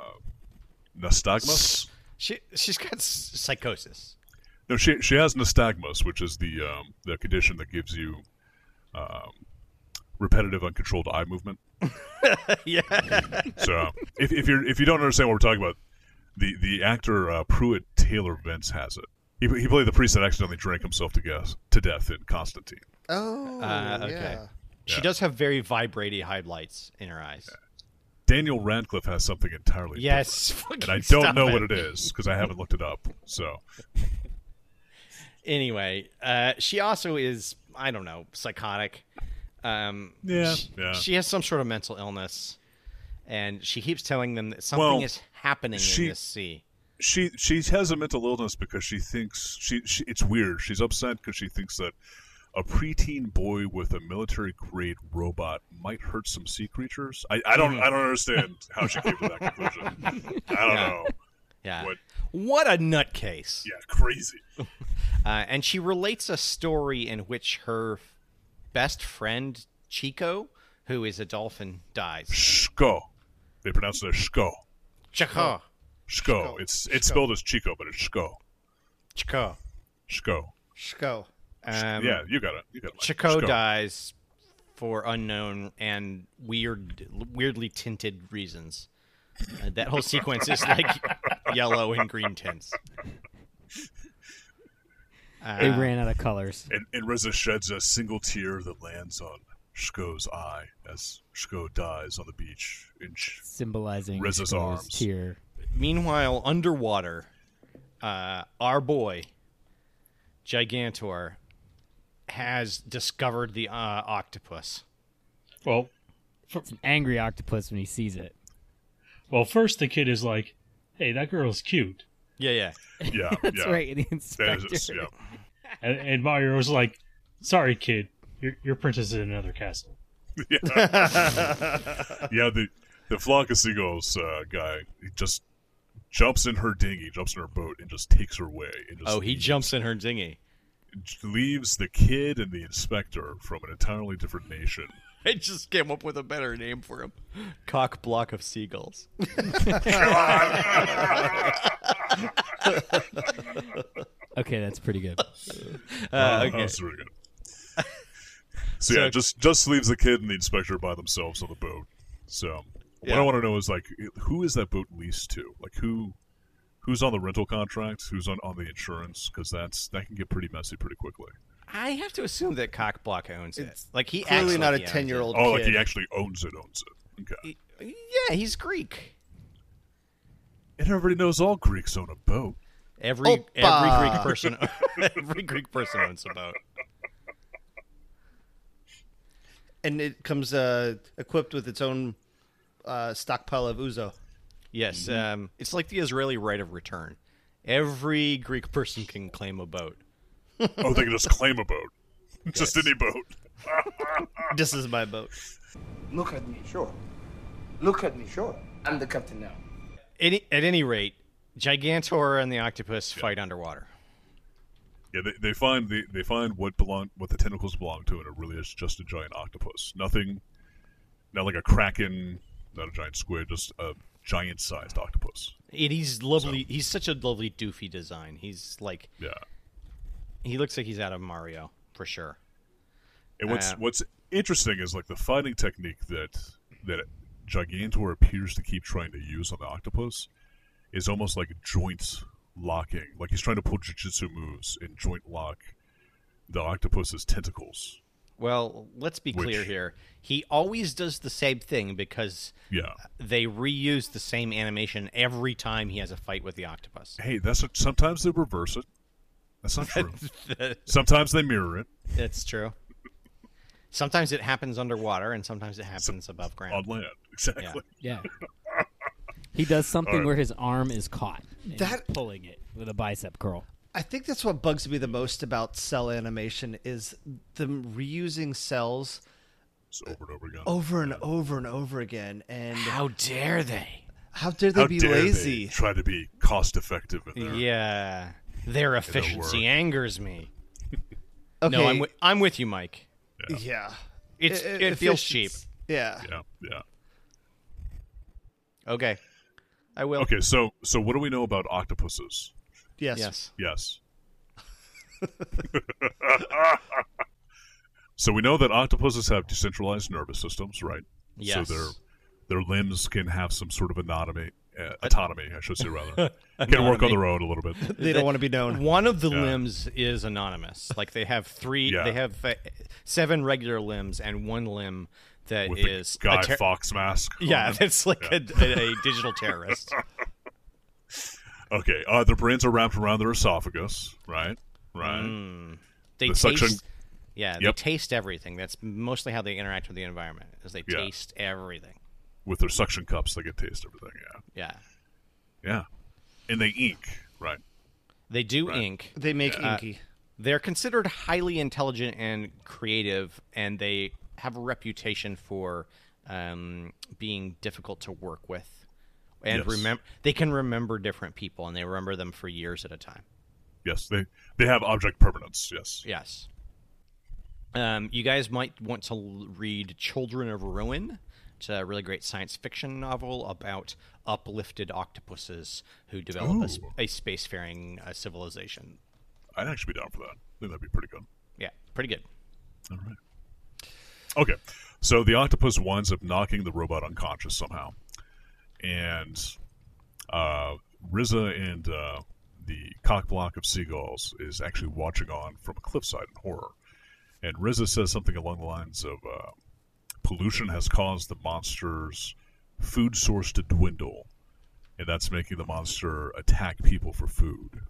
A: nystagmus.
C: She she's got s- psychosis.
A: No, she she has nystagmus, which is the um, the condition that gives you um, repetitive, uncontrolled eye movement.
C: yeah.
A: So if, if you're if you don't understand what we're talking about, the the actor uh, Pruitt Taylor Vince has it. He, he played the priest that accidentally drank himself to gas to death in Constantine.
D: Oh,
C: Uh, okay.
D: yeah.
C: She
A: Yeah. Uh,
C: does have very vibraty highlights in her eyes.
A: Daniel Radcliffe has something entirely
C: Yes.
A: different,
C: fucking
A: and I
C: stop
A: don't know what it is because I haven't looked it up. So
C: Anyway, uh, she also is I don't know psychotic. Um,
A: Yeah.
C: She,
A: Yeah.
C: she has some sort of mental illness, and she keeps telling them that something
A: Well,
C: is happening
A: she-
C: in this sea.
A: she she has a mental illness because she thinks she, she it's weird. She's upset because she thinks that a preteen boy with a military grade robot might hurt some sea creatures. I, I
C: Hmm.
A: don't I don't understand how she came to that conclusion. I don't know.
C: Yeah.
A: What-
C: What a nutcase.
A: Yeah, crazy.
C: Uh, and she relates a story in which her f- best friend, Chico, who is a dolphin, dies.
A: Shko. They pronounce it as Shko. oh.
C: Chico.
A: Shko. It's it's spelled as Chico, but it's Shko.
C: Chico.
A: Shko.
D: Shko.
C: Um,
A: yeah, you got it. You got it. Mike.
C: Chico
A: Shko.
C: dies for unknown and weird, weirdly tinted reasons. Uh, that whole sequence is like yellow and green tints.
E: They
A: Ah.
C: Uh,
E: ran out of colors.
A: And, and Reza sheds a single tear that lands on Shko's eye as Shko dies on the beach. In Sh-
E: Symbolizing
A: Rizzo's
E: Shko's
A: arms.
E: tear.
C: Meanwhile, underwater, uh, our boy, Gigantor, has discovered the uh, octopus.
B: Well,
E: It's an angry octopus when he sees it.
B: well, first the kid is like, "Hey, that girl's cute,"
C: Yeah, yeah.
A: yeah,
E: That's
A: yeah.
E: right. The
A: That is-
E: inspector.
A: it's- yeah.
B: and, and Mario's like, "Sorry, kid, your your princess is in another castle."
A: Yeah, the the Flock of Seagulls uh, guy he just jumps in her dinghy, jumps in her boat, and just takes her away. And just
C: Oh, he jumps in her dinghy.
A: leaves the kid and the inspector from an entirely different nation.
C: I just came up with a better name for him. Cock block of seagulls.
E: Okay, that's pretty good.
C: Uh,
A: Oh,
C: okay.
A: that's really good. So, yeah, just just leaves the kid and the inspector by themselves on the boat. So what
C: Yeah.
A: I want to know is like who is that boat leased to? Like who who's on the rental contract? Who's on on the insurance? Because that's that can get pretty messy pretty quickly.
C: I have to assume that Cock Block owns it.
D: It's
C: Like he acts
D: Clearly
C: like
D: not a
C: he owns it.
D: ten year old.
A: Oh, like he actually owns it, owns it. Okay.
C: Yeah, he's Greek.
A: And everybody knows all Greeks own a boat.
C: Every every
D: Opa.
C: Greek person, every Greek person owns a boat.
D: and it comes uh, equipped with its own uh, stockpile of uzo.
C: Yes,
D: Mm-hmm.
C: um, it's like the Israeli right of return. Every Greek person can claim a boat.
A: Oh, they can just claim a boat. Just any boat.
D: This is my boat.
F: Look at me, sure. Look at me, sure. I'm the captain now.
C: Any, at any rate, Gigantor and the octopus fight underwater.
A: Yeah, they, they find the, they find what belong what the tentacles belong to, and it really is just a giant octopus. Nothing, not like a kraken, not a giant squid, just a giant sized octopus.
C: And he's lovely. He's such a lovely doofy design. He's like
A: Yeah,
C: he looks like he's out of Mario for sure.
A: and what's
C: Uh,
A: what's interesting is like the fighting technique that that Gigantor appears to keep trying to use on the octopus is almost like joint locking. Like he's trying to pull jujitsu moves and joint lock the octopus's tentacles.
C: Well, let's be clear
A: Which-
C: here. He always does the same thing because
A: Yeah.
C: they reuse the same animation every time he has a fight with the octopus.
A: Hey, that's a, sometimes they reverse it. That's not true. sometimes they mirror it.
C: That's true. Sometimes it happens underwater, and sometimes it happens above ground.
A: on land. Exactly.
E: Yeah. He does something
A: All right.
E: where his arm is caught. and he's
D: That-
E: pulling it with a bicep curl.
D: I think that's what bugs me the most about cell animation is them reusing cells Oh,
A: Just over and over again.
D: over and over and over again. And
C: How dare they?
D: How dare they
A: How
D: be
A: dare
D: lazy?
A: They try to be cost effective in their
C: Yeah, their efficiency
A: work.
C: angers me.
D: Okay.
C: No, I'm wi- I'm with you, Mike.
D: yeah.
C: It's
D: E-
C: it,
D: e-
C: feels cheap.
D: efficiency- Yeah.
A: Yeah, yeah.
C: Okay, I will.
A: Okay, so so what do we know about octopuses?
D: Yes.
C: Yes.
A: Yes. so we know that octopuses have decentralized nervous systems, right?
C: Yes.
A: So their their limbs can have some sort of anatomy, uh, autonomy, I should say rather. can work on
C: Anatomy.
A: their own a little bit.
D: They don't want to be known.
C: One of the limbs is anonymous. Like they have three.
A: Yeah.
C: They have uh, seven regular limbs and one limb that is
A: With the Guy
C: a ter-
A: Fox mask. on
C: Yeah,
A: it.
C: that's like A, a, a digital terrorist.
A: Okay. Uh, their brains are wrapped around their esophagus, right? Right.
C: They
A: The
C: taste.
A: suction-
C: Yeah,
A: Yep.
C: they taste everything. That's mostly how they interact with the environment. Is they
A: Yeah.
C: taste everything.
A: With their suction cups, they can taste everything.
C: Yeah,
A: Yeah. Yeah. And they ink, right?
C: they do
A: Right.
C: ink.
D: They make inky.
C: They're considered highly intelligent and creative, and they have a reputation for um, being difficult to work with. And
A: Yes.
C: remember, they can remember different people, and they remember them for years at a time.
A: Yes. They they have object permanence. Yes.
C: Yes. Um, you guys might want to l- read Children of Ruin. It's a really great science fiction novel about uplifted octopuses who develop a, sp-
A: Ooh.
C: a spacefaring uh, civilization.
A: I'd actually be down for that. I think that'd be pretty good.
C: Yeah, pretty good.
A: All right. Okay. So the octopus winds up knocking the robot unconscious somehow. And uh, Riza and uh, the cockblock of seagulls is actually watching on from a cliffside in horror. And Riza says something along the lines of uh, pollution has caused the monster's food source to dwindle. And that's making the monster attack people for food.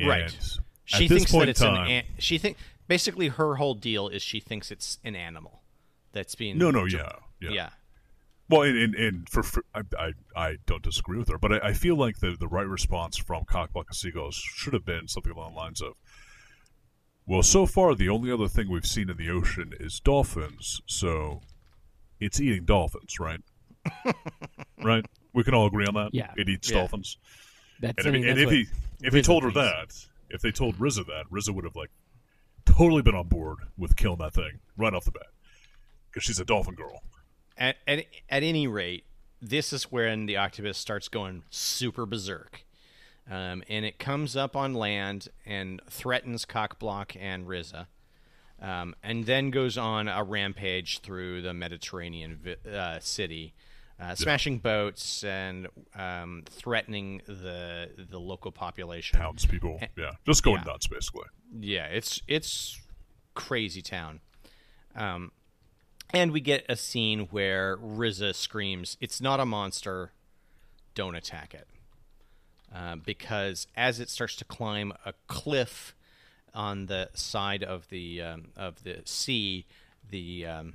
C: Right.
A: And at
C: She
A: this
C: thinks
A: point
C: that
A: in
C: it's
A: time-
C: an. An- she think basically her whole deal is she thinks it's an animal that's being.
A: No, no,
C: de-
A: yeah, yeah.
C: yeah.
A: Well, and, and, and for, for I, I I don't disagree with her, but I, I feel like the the right response from Cockblock and Seagulls should have been something along the lines of, "Well, so far the only other thing we've seen in the ocean is dolphins, so it's eating dolphins, right? right? We can all agree on that.
E: Yeah.
A: it eats
C: Yeah.
A: dolphins.
E: That's
A: And
E: I
A: if,
E: mean,
A: he- and
E: that's
A: if
E: what-
A: he if he
E: Rizzo
A: told her
E: thinks.
A: that, if they told Rizza that, Rizza would have like totally been on board with killing that thing right off the bat because she's a dolphin girl.
C: at, at, at any rate, this is when the octopus starts going super berserk. Um, and it comes up on land and threatens Cockblock and Riza, um, and then goes on a rampage through the Mediterranean vi- uh, city, uh, smashing boats and um, threatening the the local population.
A: townspeople. Yeah, just going
C: Eh, yeah.
A: nuts, basically.
C: Yeah, it's it's crazy town. Um, and we get a scene where Riza screams, "It's not a monster! Don't attack it!" Um, because as it starts to climb a cliff on the side of the um, of the sea, the um,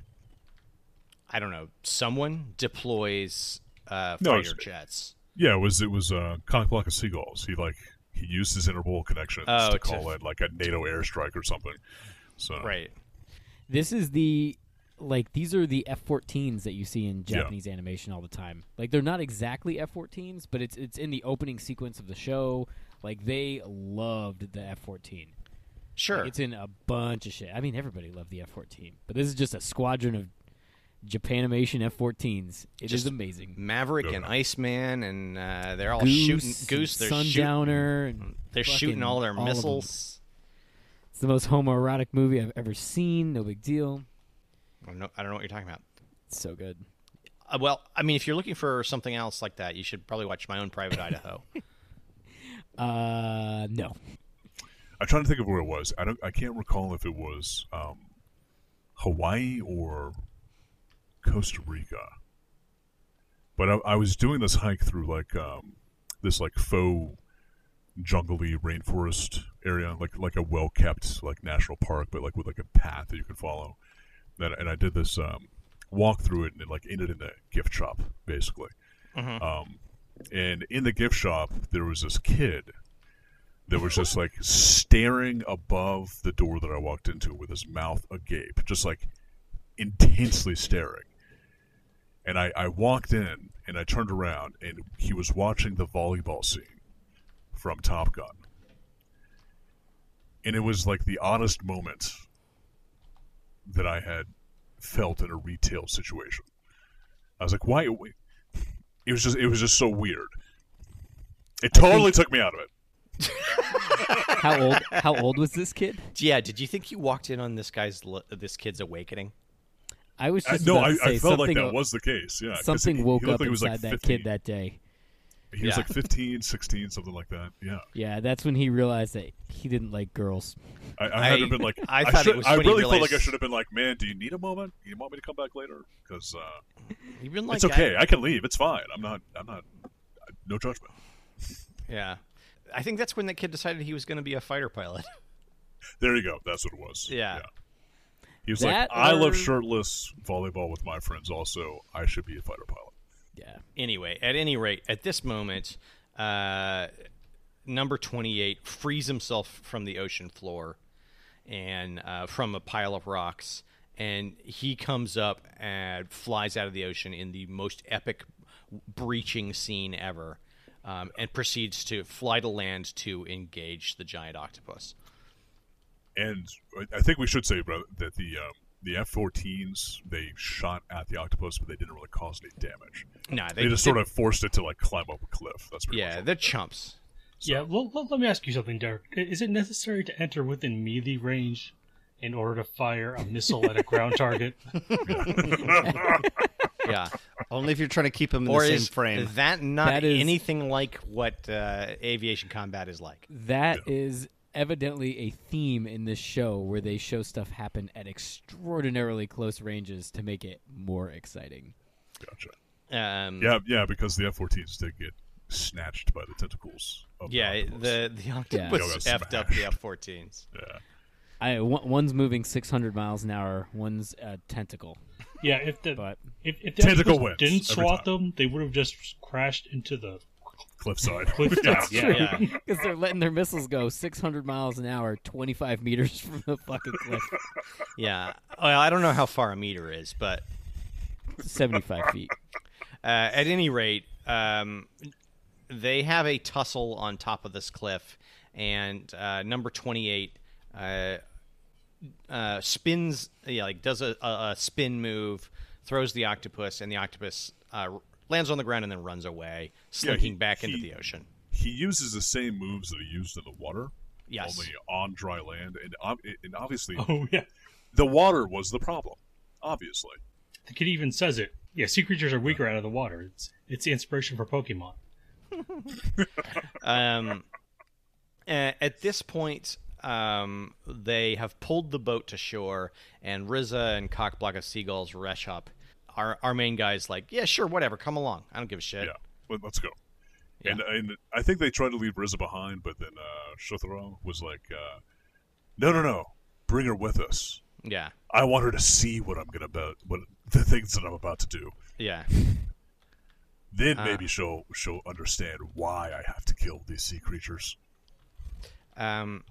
C: I don't know, someone deploys uh,
A: No,
C: fighter
A: it's-
C: jets.
A: Yeah, it was it was uh, comic block of seagulls. He like he used his interval connections
C: Oh,
A: to
C: to-
A: call in like a NATO airstrike or something. So
C: Right.
E: This is the like these are the F-14s that you see in
A: Yeah.
E: Japanese animation all the time. Like they're not exactly F-14s, but it's it's in the opening sequence of the show. Like they loved the F-14.
C: Sure.
E: It's in a bunch of shit. I mean, everybody loved the F-14, but this is just a squadron of Japanimation F-14s. It is
C: Just
E: amazing.
C: Maverick
A: Don't
C: and
A: know.
C: Iceman, and uh, they're all shooting
E: Goose,
C: Goose. They're shooting. Mm-hmm.
E: Sundowner. and
C: They're shooting
E: fucking
C: all their
E: of them.
C: missiles.
E: It's the most homoerotic movie I've ever seen. No big deal.
C: I don't, know, I don't know what you're talking about.
E: It's so good.
C: Uh, well, I mean, if you're looking for something else like that, you should probably watch My Own Private Idaho.
E: Uh, no.
A: I'm trying to think of where it was. I don't. I can't recall if it was um, Hawaii or Costa Rica. But I, I was doing this hike through like um, this like faux jungly rainforest area, like like a well kept like national park, but like with like a path that you can follow. And, and I did this um, walk through it, and it like ended in a gift shop, basically. Um, and in the gift shop, there was this kid that was just like staring above the door that I walked into with his mouth agape, just like intensely staring. And I, I walked in, and I turned around, and he was watching the volleyball scene from Top Gun. And it was like the oddest moment that I had felt in a retail situation. I was like, why? It was just, it was just so weird. It totally took me out of it.
E: How old? How old was this kid?
C: Yeah, did you think you walked in on this guy's l- this kid's awakening?
E: I was
A: I,
E: just
A: Uh, no,
E: about
A: I,
E: to say
A: I felt like
E: something
A: that
E: o-
A: was the case. Yeah, 'cause
E: something
A: he- he
E: woke
A: looked
E: up
A: like he was
E: inside
A: like
E: that
A: 15.
E: kid that day.
A: He was
C: Yeah.
A: like 15, 16, something like that. Yeah.
E: Yeah, that's when he realized that he didn't like girls.
A: I, I, had to
C: I-
A: have been like,
C: I
A: I,
C: thought it
A: should-
C: was
A: I
C: when he
A: really felt like I
C: realized-
A: should have been like, man, do you need a moment? You want me to come back later? Because uh,
C: You've been like,
A: it's okay. I, can leave. It's fine. I'm not. I'm not. No judgment.
C: yeah, I think that's when that kid decided he was going to be a fighter pilot.
A: There you go. That's what it was.
C: Yeah.
A: He was
E: That
A: like, I
E: or-
A: love shirtless volleyball with my friends. Also, I should be a fighter pilot.
E: Yeah,
C: anyway, at any rate, at this moment, uh, number 28 frees himself from the ocean floor and uh, from a pile of rocks. And he comes up and flies out of the ocean in the most epic breaching scene ever um, and proceeds to fly to land to engage the giant octopus.
A: And I- I think we should say, brother, that the um, the F-14s they shot at the octopus, but they didn't really cause any damage.
C: No,
A: They, just sort of forced it to like climb up a cliff. That's pretty
C: Yeah,
A: much
C: they're chumps.
B: Yeah, well, let, let me ask you something, Derek. I- Is it necessary to enter within melee range in order to fire a missile at a ground target?
C: Yeah.
D: Only if you're trying to keep him in
C: or
D: the same
C: is
D: frame.
C: that not
E: That is-
C: anything like what uh, aviation combat is like?
E: that is evidently a theme in this show where they show stuff happen at extraordinarily close ranges to make it more exciting.
A: Gotcha.
C: Um,
A: Yeah, yeah, because the F-14s did get snatched by the tentacles. Of
C: Yeah,
A: the,
C: it-
A: octopus.
C: the the octopus
A: Yeah.
C: effed up the F-14s.
E: I one, one's moving 600 miles an hour, one's a tentacle.
B: yeah, if the
E: But-
B: if, if the
A: Tentacle
B: octopus
A: wins
B: didn't
A: every
B: swat
A: time.
B: them, they would have just crashed into the
A: cliffside.
B: cliff top.
A: Yeah.
B: yeah.
C: Yeah,
E: Because they're letting their missiles go 600 miles an hour, 25 meters from the fucking cliff,
C: yeah. Well, I don't know how far a meter is, but
E: 75 feet.
C: uh, at any rate, um, they have a tussle on top of this cliff, and uh, number twenty-eight uh, uh, spins, yeah, like does a, a, a spin move, throws the octopus, and the octopus uh, lands on the ground and then runs away, slinking back into
A: he-
C: the ocean.
A: He uses the same moves that he used in the water,
C: Yes.
A: only on dry land, and ob- and obviously
B: Oh yeah,
A: the water was the problem. Obviously,
B: the kid even says it. Yeah, sea creatures are weaker out of the water. It's it's the inspiration for Pokemon.
C: Um, a- at this point, um, they have pulled the boat to shore, and Riza and Cockblock of Seagulls rush up. Our, our main guy's like, yeah, sure, whatever, come along. I don't give a shit.
A: yeah. Let, us go. And, and I think they tried to leave Riza behind, but then uh, Shotharo was like, uh, "No, no, no, bring her with us.
C: Yeah,
A: I want her to see what I'm gonna about, what the things that I'm about to do.
C: yeah,
A: Then maybe she'll she'll understand why I have to kill these sea creatures."
C: Um,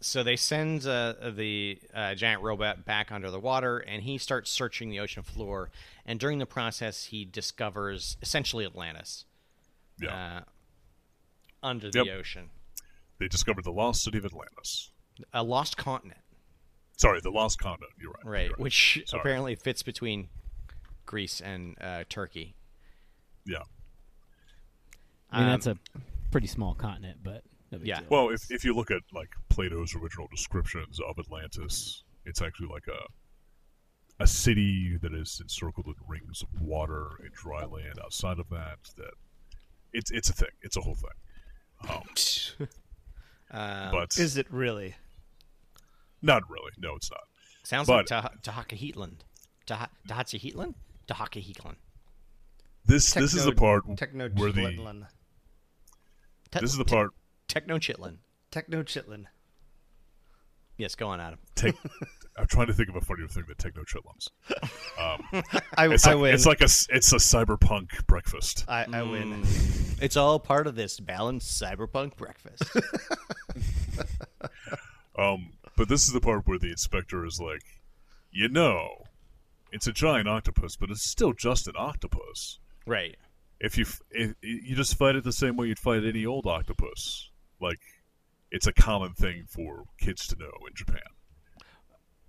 C: so they send uh, the uh, giant robot back under the water, and he starts searching the ocean floor. And during the process, he discovers essentially Atlantis
A: Yeah.
C: uh, under the
A: Yep.
C: ocean,
A: they discovered the lost city of Atlantis.
C: a lost continent.
A: Sorry, the lost continent. You're right.
C: Right,
A: you're
C: which
A: Sorry.
C: apparently fits between Greece and uh, Turkey.
A: Yeah.
E: I mean,
C: Um,
E: that's a pretty small continent, but no big
C: Yeah.
E: deal.
A: Well, if, if you look at like Plato's original descriptions of Atlantis, it's actually like a a city that is encircled with rings of water and dry land. Outside of that, that it's it's a thing. It's a whole thing.
C: Uh,
A: but
D: Um, Is it really?
A: not really. No, it's not.
C: sounds
A: but-
C: like Tah- Tahakaheatland. Tah- Tahakaheatland? Tahakaheatland.
A: This this is the part
D: Techno
A: where the
D: Chitlin.
C: Te-
A: this is the
C: te-
A: part
C: Techno Chitlin.
D: Techno Chitlin.
C: Yes, go on, Adam.
A: tech, I'm trying to think of a funnier thing than techno chitlums.
D: I,
A: It's
D: I
A: like,
D: win.
A: It's like a s- it's a cyberpunk breakfast.
D: I, I win.
A: Mm.
C: It's all part of this balanced cyberpunk breakfast.
A: Um, but this is the part where the inspector is like, you know, It's a giant octopus, but it's still just an octopus.
C: Right.
A: If you f- if, you just fight it the same way you'd fight any old octopus, like it's a common thing for kids to know in Japan.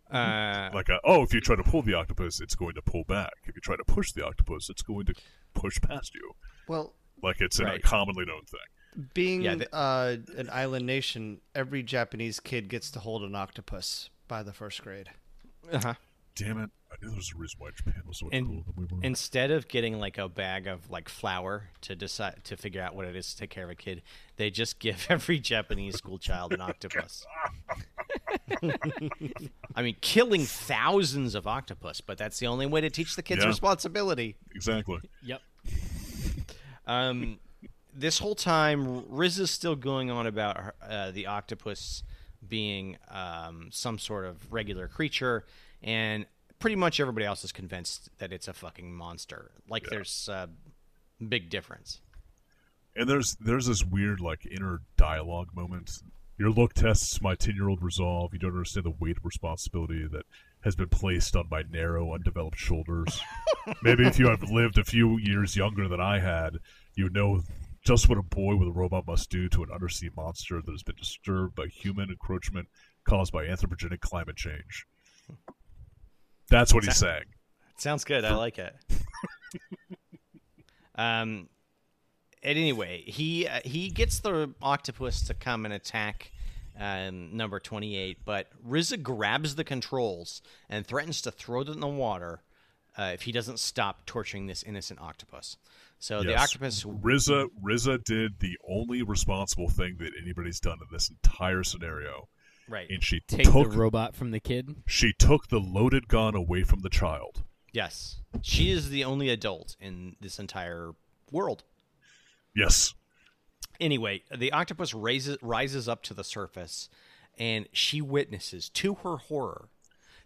C: Uh,
A: Like, a, oh, if you try to pull the octopus, it's going to pull back. If you try to push the octopus, it's going to push past you.
D: Well,
A: Like it's an- a
C: Right.
A: commonly known thing.
D: being
C: Yeah, the-
D: uh, an island nation, every Japanese kid gets to hold an octopus by the first grade.
C: uh-huh.
A: Damn it! I knew there was a reason why Japan was so much
C: And-
A: cooler than we were.
C: Instead of getting like a bag of like flour to decide to figure out what it is to take care of a kid, they just give every Japanese school child an octopus. I mean, killing thousands of octopus, but that's the only way to teach the kids
A: Yeah.
C: responsibility.
A: exactly.
E: Yep.
C: Um, this whole time, Riz is still going on about her- uh, the octopus being um, some sort of regular creature, and pretty much everybody else is convinced that it's a fucking monster. Like there's uh, big difference.
A: And there's there's this weird like inner dialogue moment. Your look tests my ten year old resolve. You don't understand the weight of responsibility that has been placed on my narrow, undeveloped shoulders. Maybe if you had lived a few years younger than I had, you know just what a boy with a robot must do to an undersea monster that has been disturbed by human encroachment caused by anthropogenic climate change. That's what he's saying.
C: Sounds good. I like it. um, and anyway, he uh, he gets the octopus to come and attack um, number twenty eight, but Riza grabs the controls and threatens to throw them in the water uh, if he doesn't stop torturing this innocent octopus. So the
A: Yes.
C: octopus
A: Riza Riza did the only responsible thing that anybody's done in this entire scenario,
C: right
A: and she
E: Take
A: took
E: the robot from the kid.
A: she took the loaded gun away from the child.
C: yes she is the only adult in this entire world.
A: Yes,
C: anyway, the octopus raises rises up to the surface, and she witnesses, to her horror,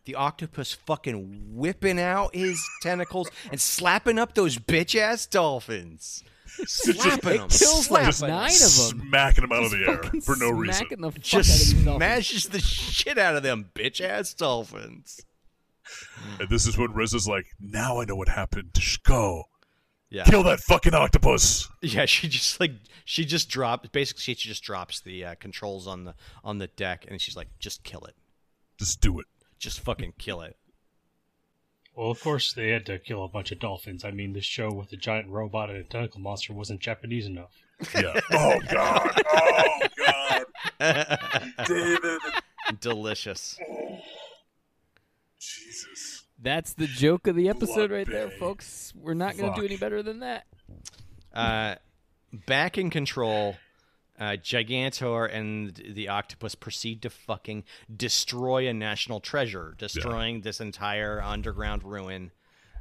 C: the octopus fucking whipping out his tentacles and slapping up those bitch ass dolphins, slapping them,
E: kills like
C: slapping 'em.
E: nine of 'em.
A: smacking them out of the air for no reason.
E: Smacking the fuck out of
C: just
E: these dolphins.
C: smashes the shit out of them bitch ass dolphins.
A: And this is when Riza's like, "Now I know what happened to Shko.
C: Yeah,
A: Kill that fucking octopus."
C: yeah. She just like she just drops. Basically, she just drops the uh, controls on the on the deck, and she's like, just kill it,
A: Just do it.
C: just fucking kill it.
B: Well, of course, they had to kill a bunch of dolphins. I mean, the show with the giant robot and a tentacle monster wasn't Japanese enough.
A: Yeah. oh god. Oh god. David.
C: Delicious.
A: Jesus.
E: That's the joke of the episode
A: Blood
E: right there,
A: Bay.
E: folks. We're not going to
A: Fuck.
E: do any better than that.
C: uh, back in control, uh, Gigantor and the octopus proceed to fucking destroy a national treasure, destroying this entire underground ruin.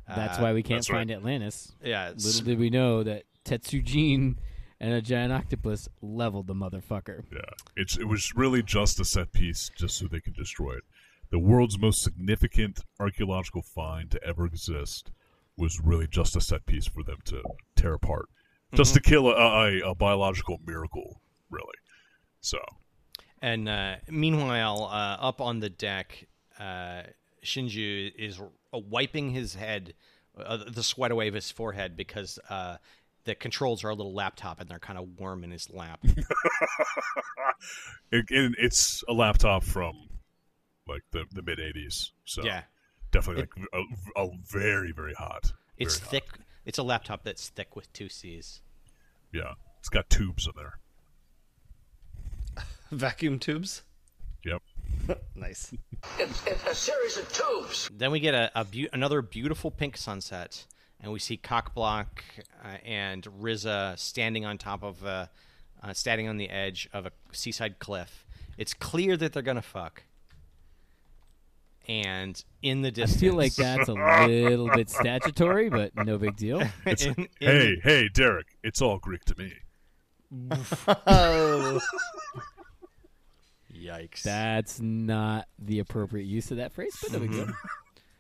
E: That's why we can't
A: that's right.
E: Uh, find Atlantis.
C: Yeah, it's-
E: Little did we know that Tetsujin and a giant octopus leveled the motherfucker.
A: Yeah, it's it was really just a set piece, just so they could destroy it. The world's most significant archaeological find to ever exist was really just a set piece for them to tear apart, just
C: Mm-hmm.
A: to kill a, a, a biological miracle, really. So
C: and uh, meanwhile, uh, up on the deck, uh, Shinju is uh, wiping his head, uh, the sweat away of his forehead, because uh, the controls are a little laptop and they're kind of warm in his lap.
A: Oh, it, it- it's a laptop from like the, the mid '80s, so
C: yeah.
A: definitely like a, a very very hot.
C: It's
A: very hot.
C: thick. It's a laptop that's thick with two C's.
A: Yeah, it's got tubes in there.
D: Vacuum tubes.
A: Yep.
D: Nice.
F: It's, it's a series of tubes.
C: Then we get a, a beau- another beautiful pink sunset, and we see Cockblock uh, and Riza standing on top of a, uh, standing on the edge of a seaside cliff. It's clear that they're gonna fuck. And in the
E: I
C: distance,
E: feel like that's a little bit statutory, but no big deal.
C: in- in-
A: Hey, hey, Derek, it's all Greek to me.
D: Oh,
C: yikes!
E: That's not the appropriate use of that phrase, but no big deal.
A: Mm-hmm.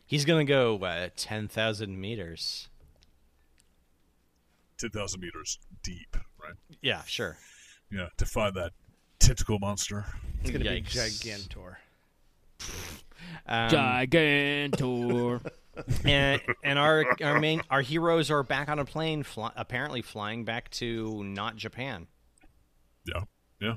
C: He's gonna go uh, ten thousand meters.
A: Ten thousand meters deep, right?
C: Yeah, sure.
A: Yeah, to find that tentacle monster.
D: it's gonna
C: Yikes.
D: be Gigantor.
C: Um,
E: Gigantor.
C: and and our our main our heroes are back on a plane, fly, apparently flying back to not Japan.
A: Yeah, yeah.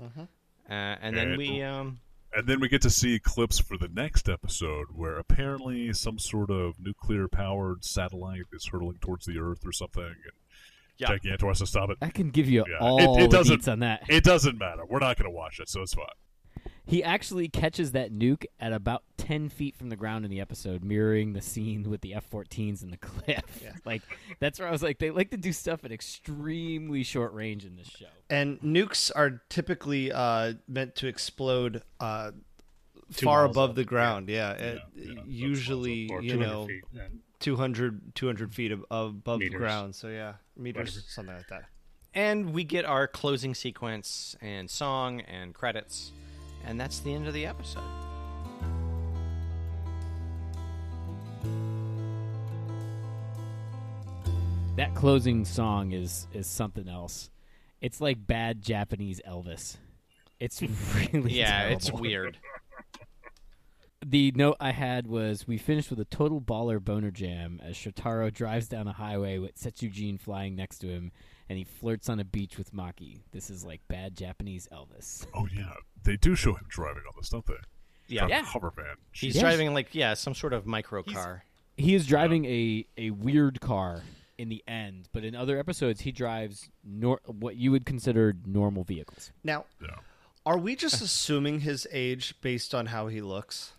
C: Uh, and then
A: And-
C: we um,
A: And then we get to see clips for the next episode where apparently some sort of nuclear powered satellite is hurtling towards the Earth or something. And
C: Yeah.
A: Gigantor has to stop it.
E: I can give you
A: Yeah. It-
E: all
A: it
E: the
A: doesn't-
E: beats on that.
A: It doesn't matter. We're not going to watch it, so it's fine.
E: He actually catches that nuke at about ten feet from the ground in the episode, mirroring the scene with the F-14s and the cliff. like that's where I was like, they like to do stuff at extremely short range in this show.
D: And nukes are typically uh, meant to explode uh, far
B: miles
D: above
B: up,
D: the ground. Yeah, it-
A: yeah, that's
D: usually
B: or
D: you
B: 200
D: know
B: feet. Then.
D: 200, 200 feet ab- above the
B: Meters.
D: ground. So yeah, meters,
B: Whatever.
D: something like that.
C: and we get our closing sequence and song and credits, and that's the end of the episode.
E: That closing song is is something else. It's like bad Japanese Elvis. It's really
C: Yeah, it's
E: terrible.
C: weird.
E: The note I had was we finished with a total baller boner jam as Shotaro drives down a highway with Setsujin flying next to him, and he flirts on a beach with Maki. This is like bad Japanese Elvis.
A: Oh, yeah. They do show him driving on this, don't they?
C: Yeah.
A: On a
E: Yeah.
A: Hover van.
C: She's
E: Yes.
C: driving like yeah, some sort of micro car.
E: He is driving a, a weird car in the end, but in other episodes he drives nor- what you would consider normal vehicles.
D: Now,
A: Yeah.
D: are we just assuming his age based on how he looks,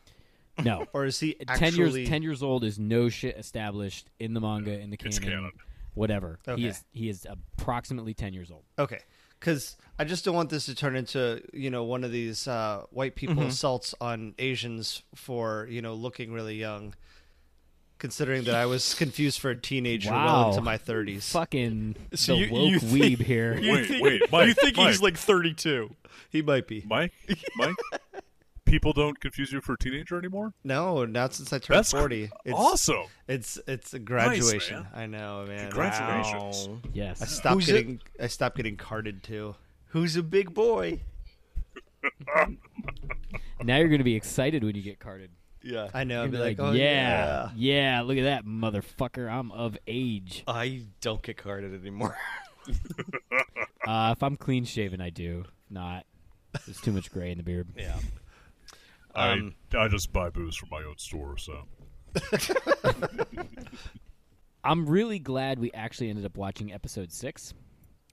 E: No,
D: or is he
E: ten
D: actually
E: years ten years old is no shit established in the manga in the canon,
A: It's canon.
E: whatever.
D: Okay.
E: He is he is approximately ten years old.
D: Okay, because I just don't want this to turn into you know one of these uh, white people
E: Mm-hmm.
D: assaults on Asians for you know looking really young. Considering that I was confused for a teenager well
E: Wow.
D: into my thirties,
E: Fucking
C: So
E: the
C: you-
E: woke
C: you
E: weeb
C: think-
E: here.
A: Wait, wait, Mike. Mike,
C: like thirty-two?
D: he might be.
A: Mike? Mike? People don't confuse you for a teenager anymore?
D: No, not since I turned
A: That's
D: forty. It's,
A: awesome.
D: It's it's a graduation.
A: man.
D: I know, man.
A: Congratulations.
E: Yes.
D: I stopped
C: Who's it-
D: getting I stopped getting carded too.
C: Who's a big boy?
E: Now you're going to be excited when you get carded.
C: Yeah.
D: I know. I'd
E: You're
D: be
E: gonna be
D: like, oh
E: yeah, yeah, look at that motherfucker. I'm of age.
C: I don't get carded anymore.
E: Uh, if I'm clean shaven, I do. Not. There's too much gray in the beard.
C: yeah. Um,
A: I, I just buy booze from my own store, so.
E: I'm really glad we actually ended up watching episode six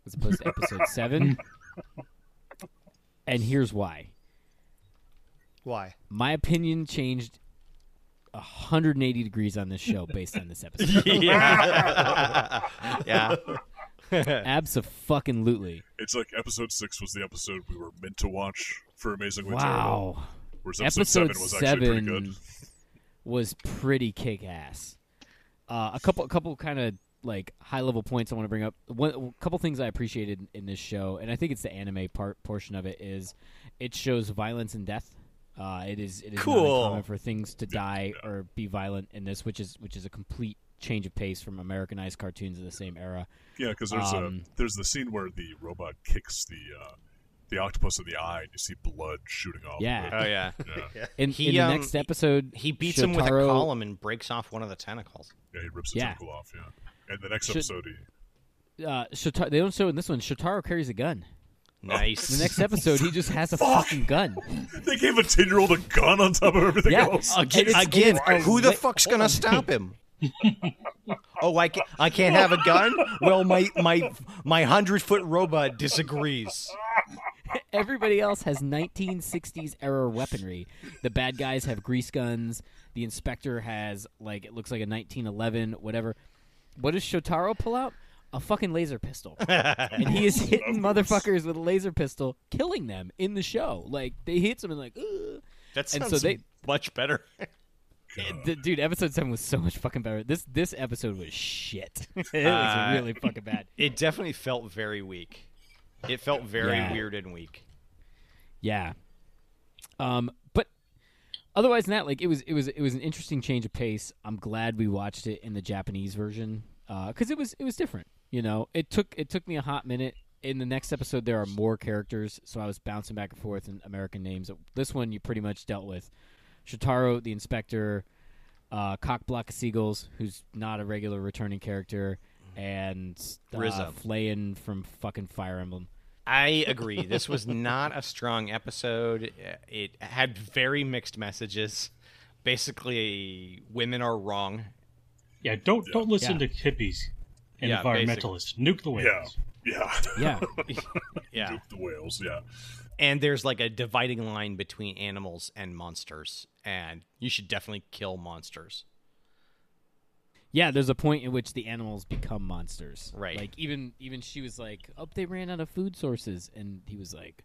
E: as opposed to episode seven. And here's why.
D: Why?
E: My opinion changed 180 degrees on this show based on this episode.
C: yeah. yeah.
E: Absolutely.
A: It's like episode six was the episode we were meant to watch for Amazingly Terrible.
E: Wow.
A: Whereas episode,
E: episode,
A: seven was actually pretty
E: seven
A: good.
E: was pretty kick ass. Uh, a couple, a couple kind of like high level points I want to bring up. One, a couple things I appreciated in, this show, and I think it's the anime part portion of it is it shows violence and death. Uh, it is it is
C: Cool.
E: not uncommon for things to die or be violent in this, which is which is a complete change of pace from Americanized cartoons of the same era.
A: Yeah, because there's
E: Um,
A: a there's the scene where the robot kicks the uh, the octopus in the eye, and you see blood shooting off. of
E: Yeah.
A: it.
C: Oh yeah.
A: yeah, yeah.
E: In,
C: He,
E: in the
C: um,
E: next episode,
C: He beats him with a
E: Shotaro-
C: column and breaks off one of the tentacles.
A: He rips the
E: Yeah.
A: tentacle off. Yeah, and the next
E: Should-
A: episode, he,
E: Uh, Shota- they don't show in this one. Shotaro carries a gun.
C: Nice.
E: The next episode, he just has a fucking gun.
A: they gave a ten year old a gun on top of everything
E: Yeah.
A: else.
E: Again-
C: Again,
E: It's-
C: again
E: it's-
C: who the
E: wait,
C: fuck's gonna stop him? oh, I can't, I can't have a gun. Well, my my my hundred foot robot disagrees.
E: Everybody else has 1960s era weaponry. The bad guys have grease guns. The inspector has like it looks like a 1911 whatever. What does Shotaro pull out? A fucking laser pistol. and he is hitting motherfuckers with a laser pistol, killing them in the show. Like they hit him and like, Ugh.
C: That
E: And
C: sounds
E: so they-
C: much better.
E: D- dude. Episode seven was so much fucking better. This this episode was shit. it was
C: Uh,
E: really fucking bad.
C: It definitely felt very weak. It felt very
E: Yeah.
C: weird and weak.
E: Yeah. Um, but otherwise than that, like it was it was it was an interesting change of pace. I'm glad we watched it in the Japanese version because it was it was different. You know, it took it took me a hot minute. In the next episode, there are more characters, so I was bouncing back and forth in American names. This one you pretty much dealt with Shotaro, the inspector, uh, Cockblock Seagulls, who's not a regular returning character, and uh,
C: Rizzo.
E: Flayan from fucking Fire Emblem.
C: I agree. This was not a strong episode. It had very mixed messages. Basically, women are wrong.
B: Yeah, don't don't listen to
E: Yeah.
B: hippies and
C: Yeah,
B: environmentalists. Nuke the whales.
A: Yeah. Yeah.
E: Yeah,
C: Yeah.
A: Nuke the whales. Yeah.
C: And there's like a dividing line between animals and monsters. And you should definitely kill monsters.
E: yeah. There's a point in which the animals become monsters.
C: Right.
E: Like even even she was like, "Oh, they ran out of food sources," and he was like,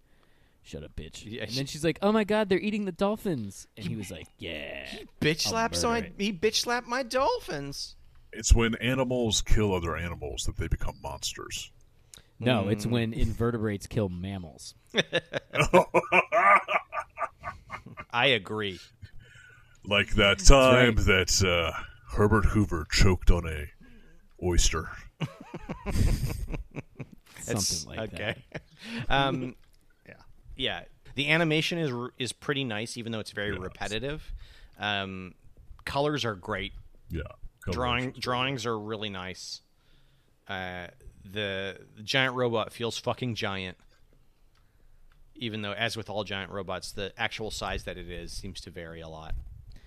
E: "Shut up, bitch."
C: Yeah,
E: and
C: she-
E: then she's like, "Oh my god, they're eating the dolphins," and he was like, "Yeah."
C: Bitch
E: I'll
C: slaps
E: murder
C: my
E: it.
C: he bitch slapped my dolphins.
A: It's when animals kill other animals that they become monsters.
E: No, it's
C: Mm.
E: when invertebrates kill mammals.
C: I agree.
A: Like that time that uh, Herbert Hoover choked on a oyster.
E: Something like that.
C: okay. um, yeah, yeah. The animation is r- is pretty nice, even though it's very repetitive. Um, colors are great.
A: Yeah.
C: Drawing drawings are really nice. Uh, the, the giant robot feels fucking giant. Even though, as with all giant robots, the actual size that it is seems to vary a lot.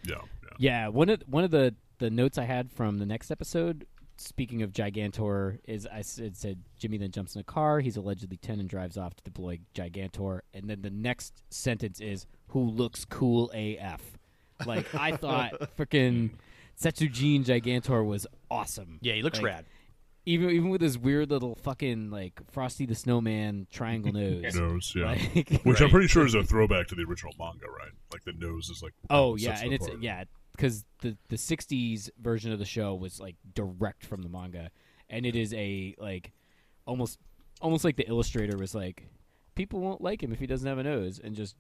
A: Yeah. yeah.
E: Yeah, one of one of the the notes I had from the next episode, speaking of Gigantor, is I said, said Jimmy then jumps in a car. He's allegedly ten and drives off to deploy Gigantor, and then the next sentence is "Who looks cool AF?" Like I thought, freaking Setsujin Gigantor was awesome.
C: Yeah, he looks
E: Like,
C: rad.
E: Even even with his weird little fucking like Frosty the Snowman triangle nose.
A: Nose, yeah.
E: Like-
A: Which I'm pretty sure is a throwback to the original manga, right? Like the nose is like.
E: Oh
A: sets
E: yeah, and
A: it
E: it's
A: apart.
E: yeah because the the '60s version of the show was like direct from the manga, and it is a like almost almost like the illustrator was like people won't like him if he doesn't have a nose and just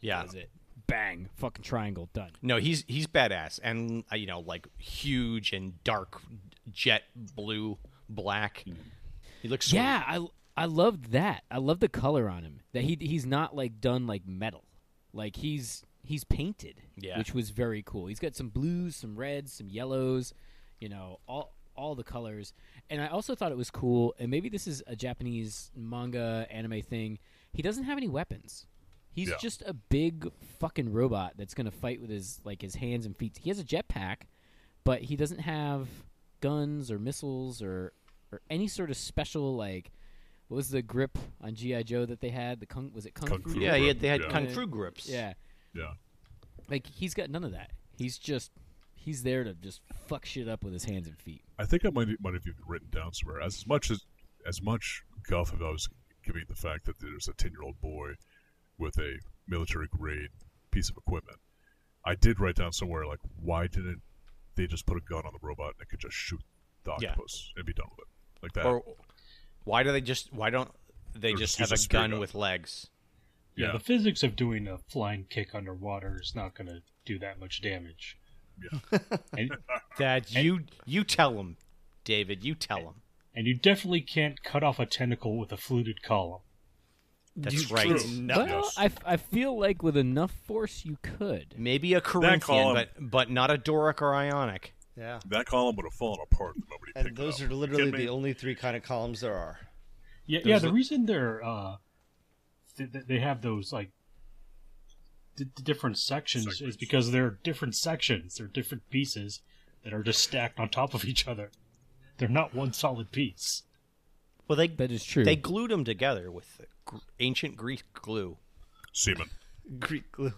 C: Yeah.
E: does it bang fucking triangle done
C: No, he's he's badass and uh, you know like huge and dark jet blue black.
A: Hmm.
C: He looks sweet.
E: yeah I I loved that I love the color on him that he he's not like done like metal like he's he's painted
C: Yeah.
E: which was very cool he's got some blues some reds some yellows you know all all the colors and i also thought it was cool and maybe this is a japanese manga anime thing he doesn't have any weapons he's
A: Yeah.
E: just a big fucking robot that's going to fight with his like his hands and feet he has a jetpack but he doesn't have guns or missiles or or any sort of special like what was the grip on gi joe that they had the kung was it kung,
A: Kung
E: fu
A: Fu.
C: Yeah, he had, they had
A: Yeah.
C: kung fu grips.
E: yeah
A: Yeah.
E: like he's got none of that he's just he's there to just fuck shit up with his hands and feet
A: I think I might might have even written down somewhere as much as as much guff as I was giving the fact that there's a ten year old boy with a military grade piece of equipment. I did write down somewhere like why didn't they just put a gun on the robot and it could just shoot the
C: Yeah.
A: octopus and be done with it like that?
C: Or why do they just why don't they
A: Or
C: just
A: just use
C: have a
A: a spear
C: gun
A: gun.
C: with legs?
B: Yeah,
A: Yeah.
B: the physics of doing a flying kick underwater is not going to do that much damage.
A: Yeah.
B: and,
C: That you you tell him, David. You tell him.
B: and you definitely can't cut off a tentacle with a fluted column.
C: That's right.
E: well I, f- I feel like with enough force you could
C: Maybe a Corinthian,
A: column-
C: but but not a Doric or Ionic.
D: Yeah.
A: that column would have fallen apart the moment he
D: And
A: picked it
D: those
A: up.
D: are literally
A: Kidding me?
D: the only three kind of columns there are.
B: Yeah, yeah.
C: There's
B: The
C: a-
B: reason they're uh, th- th- they have those like d- d- different sections is
A: Segments.
B: because they're different sections. They're different pieces that are just stacked on top of each other. They're not one solid piece.
C: Well, they
E: that is true
C: they glued them together with gr- ancient Greek glue.
A: semen.
D: Greek glue.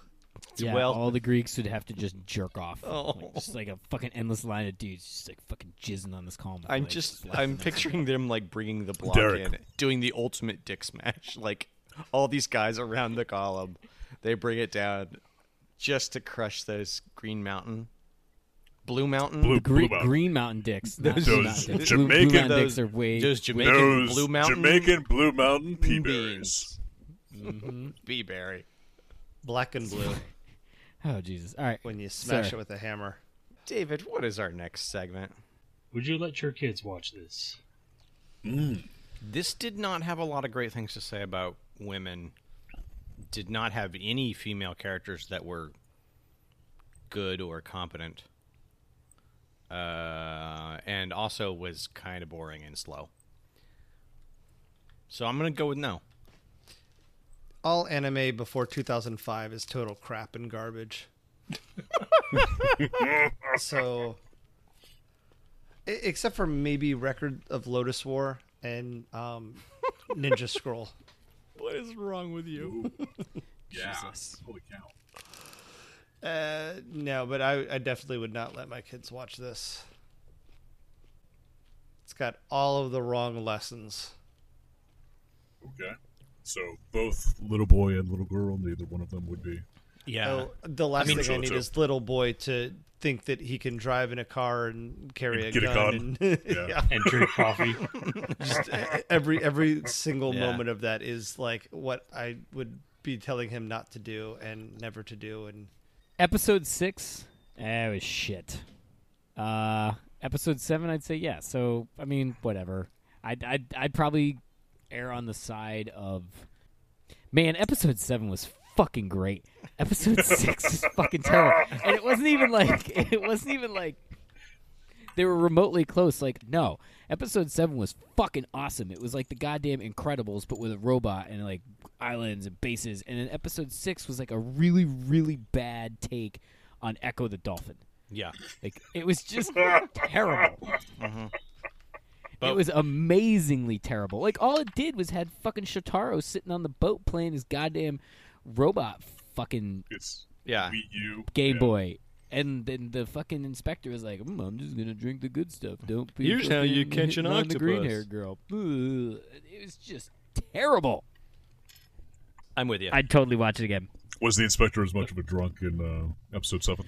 E: yeah,
C: well-
E: all the greeks would have to just jerk off
C: Oh.
E: like, just like a fucking endless line of dudes just like fucking jizzing on this column with
C: I'm
E: legs,
C: just
E: like-
C: I'm picturing them like bringing the block
A: Derek.
C: in, doing the ultimate dick smash. Like all these guys around the column, they bring it down just to crush those Green Mountain, Blue Mountain,
A: Blue,
E: Gre-
A: blue mountain.
E: Green Mountain dicks. Not
C: Those
E: Blue Mountain dicks. Blue-
A: Jamaican-
E: Blue Mountain
C: those,
E: dicks are way.
C: those Jamaican
A: Those
C: Blue Mountain
A: Jamaican blue mountain pea
C: beans.
A: berries.
C: bee berry.
D: Black and blue
E: oh Jesus! All right.
D: when you smash
E: Sir.
D: it with a hammer.
C: David, what is our next segment?
B: Would you let your kids watch this?
C: This did not have a lot of great things to say about women. Did not have any female characters that were good or competent. uh, and also was kind of boring and slow. So I'm gonna go with no.
D: All anime before 2005 is total crap and garbage. so, e- except for maybe Record of Lotus War and um, Ninja Scroll.
C: What is wrong with you?
A: Yeah. Holy cow.
D: Uh, no, but I, I definitely would not let my kids watch this. It's got all of the wrong lessons.
A: Okay. So both little boy and little girl, neither one of them would be.
C: Yeah.
D: Oh, the last
A: mean,
D: thing I
A: so-
D: need
A: so-
D: is little boy to think that he can drive in a car and carry
A: And
D: a,
A: get a
D: gun. and-
A: Yeah.
B: and drink coffee.
D: just e, every every single
C: Yeah.
D: moment of that is like what I would be telling him not to do and never to do. And
E: Episode six, eh, it was shit. Uh, episode seven, I'd say yeah. So I mean, whatever. I'd I'd, I'd probably err on the side of man. Episode seven was fucking great. Episode six is fucking terrible, and it wasn't even like it wasn't even like they were remotely close. Like no, episode seven was fucking awesome. It was like the goddamn Incredibles, but with a robot and like islands and bases. And then episode six was like a really really bad take on Echo the Dolphin.
C: yeah.
E: Like it was just terrible.
C: But-
E: it was amazingly terrible. Like all it did was had fucking Shotaro sitting on the boat playing his goddamn robot fucking
A: It's
C: Yeah.
A: Wii U.
E: gay
A: yeah.
E: boy. And then the fucking inspector was like, mm, "I'm just gonna drink the good stuff. Don't be."
C: Here's how you
E: fucking
C: catch an
E: hitting on The
C: octopus."
E: green hair girl. Ugh. It was just terrible.
C: I'm with you.
E: I'd totally watch it again.
A: Was the inspector as much of a drunk in uh, episode seven?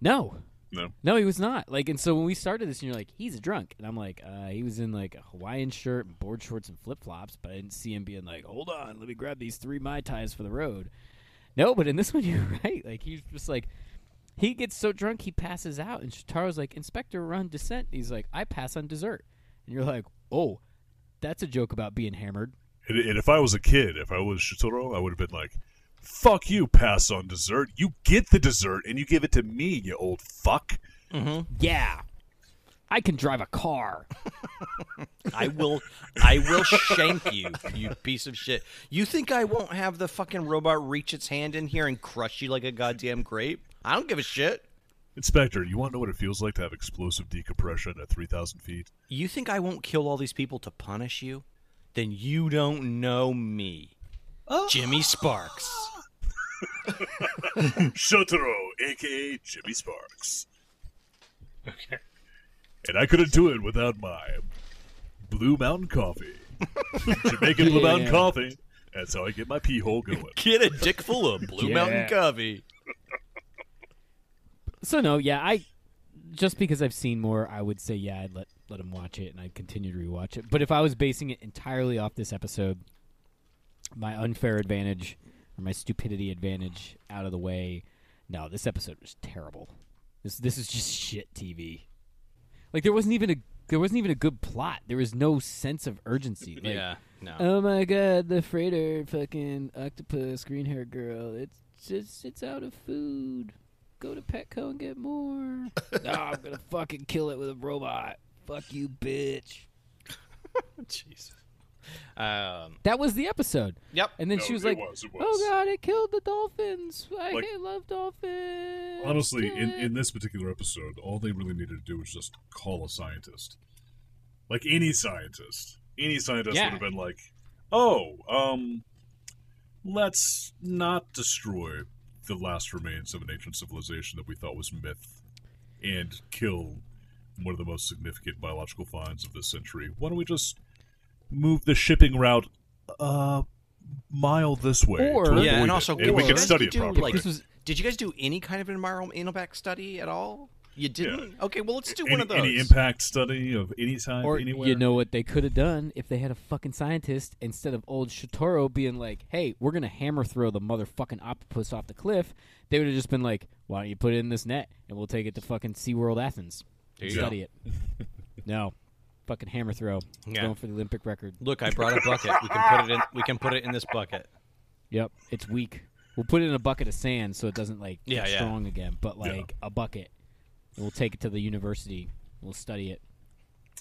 E: No,
A: No.
E: No, he was not. Like, and so when we started this, and you're like, he's a drunk, and I'm like, uh, he was in like a Hawaiian shirt and board shorts and flip flops, but I didn't see him being like, hold on, let me grab these three mai tais for the road. No, but in this one, you're right. Like, he's just like, he gets so drunk he passes out, and Shitaro's like, Inspector, run descent. He's like, I pass on dessert, and you're like, oh, that's a joke about being hammered.
A: And, and if I was a kid, if I was Shitoro, I would have been like, "Fuck you, pass on dessert. You get the dessert and you give it to me, you old fuck."
E: Yeah, I can drive a car.
C: I will I will shank you, you piece of shit. You think I won't have the fucking robot reach its hand in here and crush you like a goddamn grape? I don't give a shit.
A: Inspector, you want to know what it feels like to have explosive decompression at three thousand feet?
C: You think I won't kill all these people to punish you? Then you don't know me. Jimmy Sparks.
A: Shotaro, aka Jimmy Sparks,
B: Okay.
A: and I couldn't do it without my Blue Mountain Coffee, Jamaican Blue Mountain
E: Yeah.
A: Coffee. That's how I get my pee hole going.
C: Get a dick full of Blue
E: Yeah.
C: Mountain Coffee.
E: So no, yeah, I just because I've seen more, I would say yeah, I'd let let him watch it and I'd continue to rewatch it. But if I was basing it entirely off this episode, my unfair advantage or my stupidity advantage out of the way, no, this episode was terrible. This this is just shit TV. Like there wasn't even a there wasn't even a good plot. There was no sense of urgency. Like,
C: yeah. No.
E: Oh my god, the freighter, fucking octopus, green hair girl. It's just it's out of food. Go to Petco and get more. no, I'm gonna fucking kill it with a robot. Fuck you, bitch.
C: Jesus. Um,
E: That was the episode.
C: yep.
E: And then
A: No,
E: she was
A: it
E: like,
A: was, it was.
E: "Oh god, it killed the dolphins. I
A: Like-
E: hate- love dolphins."
A: Honestly, in, in this particular episode, all they really needed to do was just call a scientist. Like any scientist. Any scientist
E: Yeah.
A: would have been like, oh, um, let's not destroy the last remains of an ancient civilization that we thought was myth and kill one of the most significant biological finds of this century. Why don't we just move the shipping route a mile this way?
E: Or-
A: to
C: yeah,
A: avoid
C: and
A: it,
C: also,
A: and we
E: or-
A: can
C: did you
A: study it
C: do,
A: properly.
C: like,
E: This was-
C: did you guys do any kind of environmental impact study at all? You didn't? Okay, well, let's do
A: any,
C: one of those.
A: any impact study of any time
E: Or
A: anywhere.
E: you know what they could have done if they had a fucking scientist instead of old Shitoro being like, "Hey, we're gonna hammer throw the motherfucking octopus off the cliff." They would have just been like, "Why don't you put it in this net and we'll take it to fucking SeaWorld Athens, and
A: you go.
E: study it." no, fucking hammer throw. It's
C: Yeah.
E: Going for the Olympic record.
C: Look, I brought a bucket. We can put it in. We can put it in this bucket.
E: Yep, it's weak. We'll put it in a bucket of sand so it doesn't like
C: Yeah,
E: get
C: yeah.
E: strong again, but like a bucket. And we'll take it to the university. We'll study it,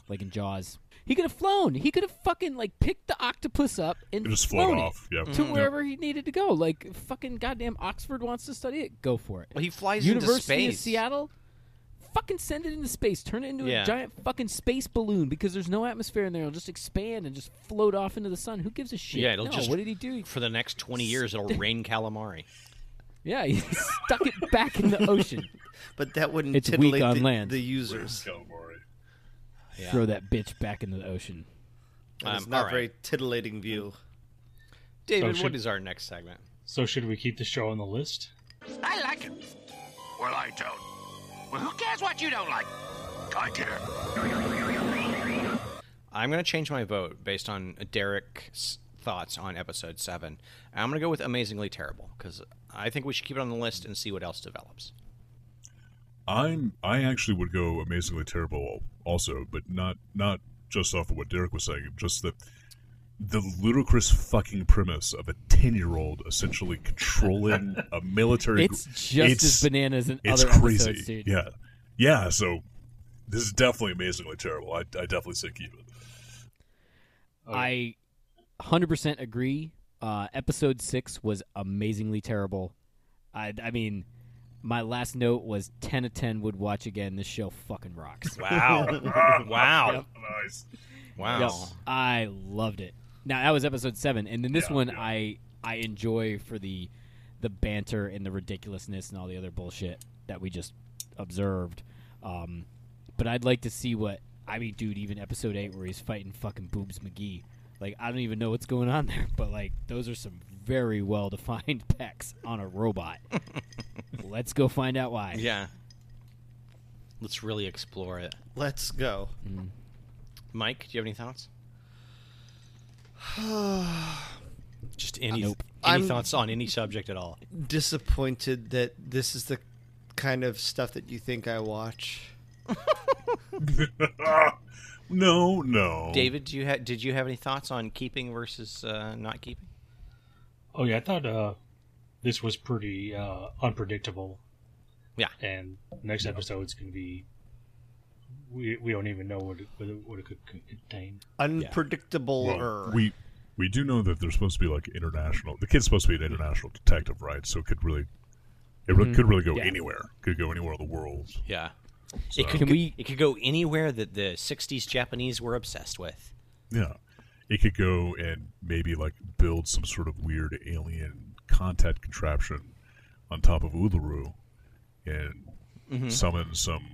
E: like in Jaws. He could have flown. He could have fucking like picked the octopus up and
A: It just float
E: flown
A: off.
E: it
A: Yeah.
C: Mm-hmm.
E: to wherever he needed to go. Like fucking goddamn Oxford wants to study it. Go for it.
C: Well, he flies into
E: University
C: space.
E: of Seattle. Fucking send it into space. Turn it into
C: Yeah.
E: a giant fucking space balloon because there's no atmosphere in there. It'll just expand and just float off into the sun. Who gives a shit?
C: Yeah, it'll
E: No,
C: just-
E: What did he do?
C: For the next 20 years, it'll rain calamari.
E: Yeah, he stuck it back in the ocean.
G: But that wouldn't
E: It's weak
G: titillate
E: on
G: the,
E: land.
G: the users.
A: Calamari.
E: Throw that bitch back into the ocean.
G: That is
C: Um, all
G: not
C: right.
G: very titillating view.
C: David,
B: Ocean.
C: what is our next segment?
B: So should we keep the show on the list?
H: I like it. Well, I don't. Well, who cares what you don't like? I care.
C: I'm going to change my vote based on Derek's thoughts on episode seven. I'm going to go with amazingly terrible because I think we should keep it on the list and see what else develops.
A: I'm I actually would go amazingly terrible also, but not not just off of what Derek was saying, just the the ludicrous fucking premise of a ten year old essentially controlling a military.
E: It's
A: gr-
E: just as
A: it's-
E: bananas in
A: It's
E: other
A: crazy.
E: episodes, dude.
A: Yeah, yeah. So this is definitely amazingly terrible. I, I definitely say keep it. Oh,
E: I 100% agree. Uh, episode six was amazingly terrible. I, I mean, my last note was 10 of 10 would watch again. This show fucking rocks.
C: Wow. wow.
A: Nice.
C: Wow.
E: Yes, I loved it. Now that was episode seven, and then this
A: Yeah,
E: one
A: yeah.
E: I I enjoy for the the banter and the ridiculousness and all the other bullshit that we just observed. Um, but I'd like to see what I mean, dude. Even episode eight where he's fighting fucking Boobs McGee. Like I don't even know what's going on there, but like those are some very well defined pecs on a robot. Let's go find out why.
C: Yeah. Let's really explore it.
G: Let's go.
C: Mike, do you have any thoughts? Just any,
E: Nope.
C: any
G: I'm-
C: thoughts on any subject at all?
G: Disappointed that this is the kind of stuff that you think I watch.
A: No, no.
C: David, do you ha- did you have any thoughts on keeping versus uh, not keeping?
B: Oh yeah, I thought uh, this was pretty uh, unpredictable.
C: Yeah.
B: And next episode's gonna be. We, we don't even know what it, what it, what it could could contain.
G: Unpredictable.
A: Well, we we do know that they're supposed to be like international. The kid's supposed to be an international detective, right? So it could really, it really, could really go
E: Mm-hmm. Yeah.
A: anywhere. Could go anywhere in the world.
C: Yeah. It could,
E: Can we-
C: it could go anywhere that the 60s Japanese were obsessed with.
A: Yeah, it could go and maybe like build some sort of weird alien contact contraption on top of Uluru and summon some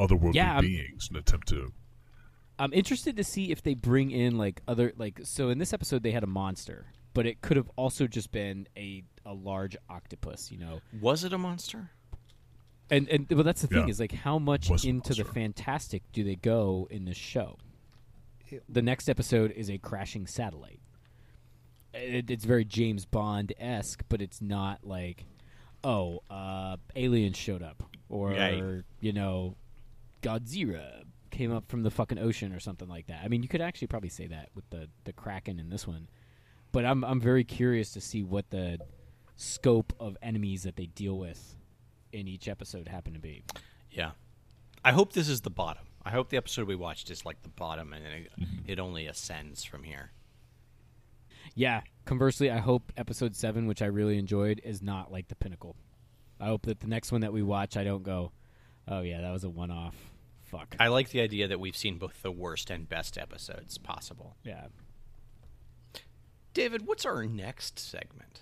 A: otherworldly
E: Mm-hmm. Yeah, I'm-
A: beings and attempt to.
E: I'm interested to see if they bring in like other like so in this episode they had a monster, but it could have also just been a a large octopus, you know.
C: Was it a monster?
E: And and well that's the thing
A: Yeah.
E: is like how much
A: Was a
E: into the
A: monster.
E: fantastic do they go in this show? The next episode is a crashing satellite. It, it's very James Bond esque, but it's not like, oh, uh, aliens showed up, or
C: Right.
E: you know, Godzilla came up from the fucking ocean or something like that. I mean, you could actually probably say that with the the Kraken in this one, but I'm I'm very curious to see what the scope of enemies that they deal with in each episode happen to be.
C: Yeah. I hope this is the bottom. I hope the episode we watched is like the bottom and then it, it only ascends from here.
E: Yeah. Conversely, I hope episode seven, which I really enjoyed, is not like the pinnacle. I hope that the next one that we watch, I don't go, oh yeah, that was a one off. Fuck.
C: I like the idea that we've seen both the worst and best episodes possible.
E: yeah.
C: David, what's our next segment?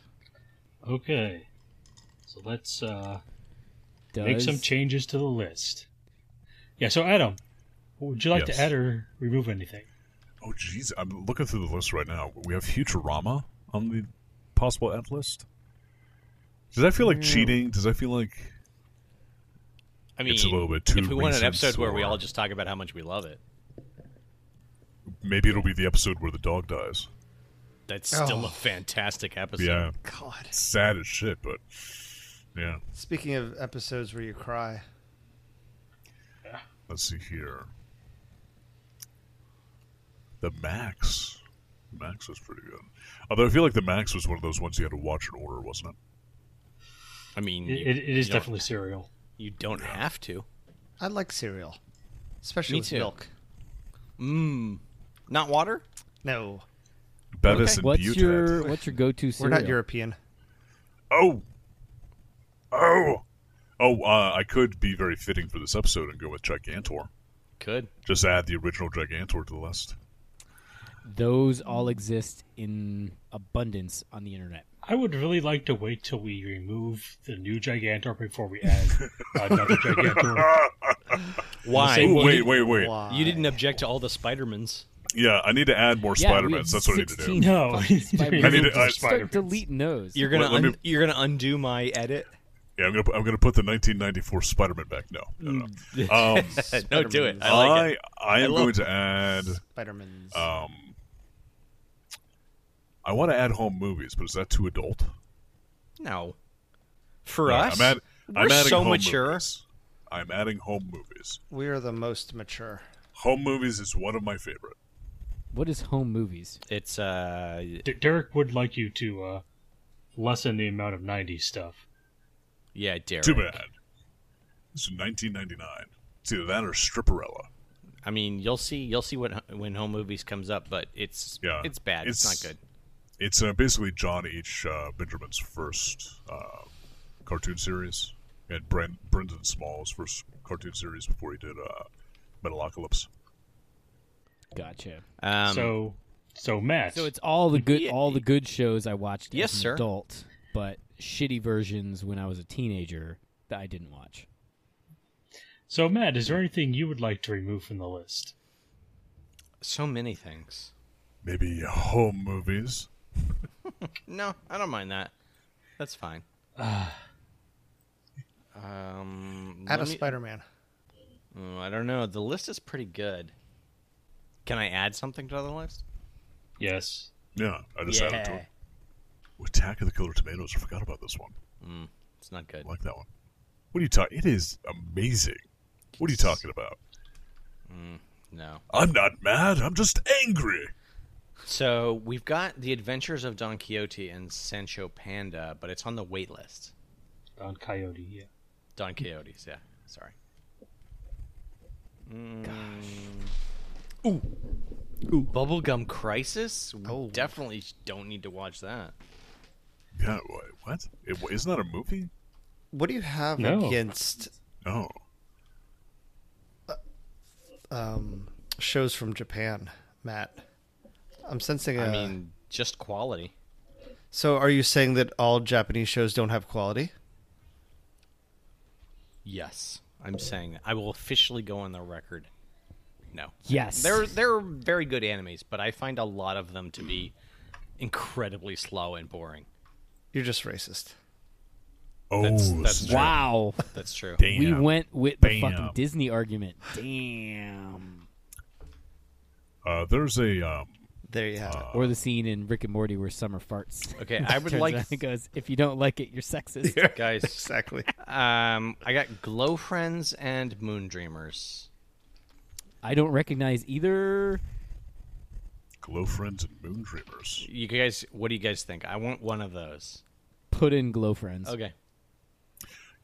B: Okay. So let's uh,
E: Does,
B: make some changes to the list. Yeah. So Adam, would you like
A: Yes.
B: to add or remove anything?
A: Oh, jeez, I'm looking through the list right now. We have Futurama on the possible end list. Does that feel like
E: Mm.
A: cheating? Does that feel like
C: I mean,
A: It's a little bit too
C: if we want an
A: recent
C: episode where we
A: for-
C: all just talk about how much we love it,
A: maybe it'll be the episode where the dog dies?
C: that's still a fantastic episode.
A: Yeah,
G: God.
A: sad as shit, but yeah.
G: Speaking of episodes where you cry,
A: Let's see here. The Max. Max was pretty good. Although I feel like the Max was one of those ones you had to watch in order, wasn't it?
C: I mean,
B: It,
C: you-
B: it, it is
C: you don't-
B: definitely serial.
C: You don't have to.
G: I like cereal, especially
C: Me
G: with
C: too.
G: milk.
C: Mmm. Not water?
G: No,
A: Bevis and
E: What's
A: Butad.
E: your What's your go-to
G: we're
E: cereal?
G: not European.
A: Oh, oh, oh! Uh, I could be very fitting for this episode and go with Gigantor.
C: Could.
A: Just add the original Gigantor to the list.
E: Those all exist in abundance on the internet.
B: I would really like to wait till we remove the new Gigantor before we add another Gigantor.
C: Why?
A: Ooh,
C: You
A: wait,
C: didn't-
A: wait, wait!
G: Why?
C: You didn't object to all the Spidermans.
A: Yeah, I need to add more
E: Yeah, we
A: Spider
E: have
A: Mans. That's what I need to do.
E: 16
B: No.
E: fucking
A: I
E: Spider-Mans.
A: need to-
E: Just
A: uh,
E: start
B: Spider-Mans.
E: deleting those.
C: You're gonna
A: Let- let me-
C: un- you're gonna undo my edit.
A: Yeah, I'm gonna I'm gonna put the 1994 Spider Man back. No, no, no. Um,
C: no, do it. Mm. I
A: I
C: like
A: I,
C: it.
A: am
C: love-
A: going to add.
G: Spiderman's.
C: Oh.
A: Um, I want to add home movies, but is that too adult?
C: No. For
A: Yeah,
C: us,
A: I'm, add,
C: we're
A: I'm adding
C: so
A: home
C: mature.
A: Movies. I'm adding home movies.
G: we are the most mature.
A: Home movies is one of my favorite.
E: What is home movies?
C: It's uh,
B: D- Derek would like you to uh, lessen the amount of 90s stuff.
C: yeah, Derek.
A: Too bad. It's 1999. It's either that or Stripperella.
C: I mean, you'll see. You'll see what when home movies comes up, but it's
A: Yeah.
C: it's bad. It's,
A: It's-
C: not good.
A: It's uh, basically John H. Uh, Benjamin's first uh, cartoon series, and Brent, Brendan Small's first cartoon series before he did uh, Metalocalypse.
E: Gotcha.
C: Um,
B: so, so Matt,
E: So it's all the good
C: Yeah.
E: all the good shows I watched
C: Yes,
E: as an
C: sir.
E: adult, but shitty versions when I was a teenager that I didn't watch.
B: so Matt, is there anything you would like to remove from the list?
C: so many things.
A: Maybe home movies.
C: No, I don't mind that. That's fine. um,
G: Add a
C: let me-
G: Spider-Man.
C: Oh, I don't know. The list is pretty good. Can I add something to the list?
B: Yes.
A: Yeah, I just added to it. Attack of the Killer Tomatoes. I forgot about this one.
C: It's not good.
A: I like that one. What are you talking? It is amazing. What are you talking about?
C: No.
A: I'm not mad. I'm just angry.
C: So we've got The Adventures of Don Quixote and Sancho Panda, but it's on the wait list.
B: On Coyote, yeah.
C: Don Quixote's, yeah. Sorry. Gosh. Ooh. Ooh. Bubblegum Crisis? We
G: Oh.
C: definitely don't need to watch that.
A: Yeah, wh- what? It, wh- isn't that a movie?
G: What do you have
B: No.
G: against
A: No.
G: um, shows from Japan, Matt? I'm sensing. A,
C: I mean, just quality.
G: so are you saying that all Japanese shows don't have quality?
C: Yes. I'm saying that. I will officially go on the record. No.
E: Yes.
C: There, there are very good animes, but I find a lot of them to be incredibly slow and boring.
G: You're just racist.
A: Oh,
C: That's- that's
A: snap.
E: wow.
C: That's true.
A: Damn.
E: We went with
A: Bam.
E: the fucking Disney argument. Damn.
A: Uh, there's a. Um,
G: There you have it.
E: or the scene in Rick and Morty where Summer farts.
C: Okay, I would
E: Turns
C: like-
E: around and goes, if you don't like it, you're sexist.
C: Guys,
G: Exactly.
C: um, I got Glow Friends and Moon Dreamers.
E: I don't recognize either.
A: Glow Friends and Moon Dreamers.
C: You guys, what do you guys think? I want one of those.
E: Put in glow friends.
C: Okay.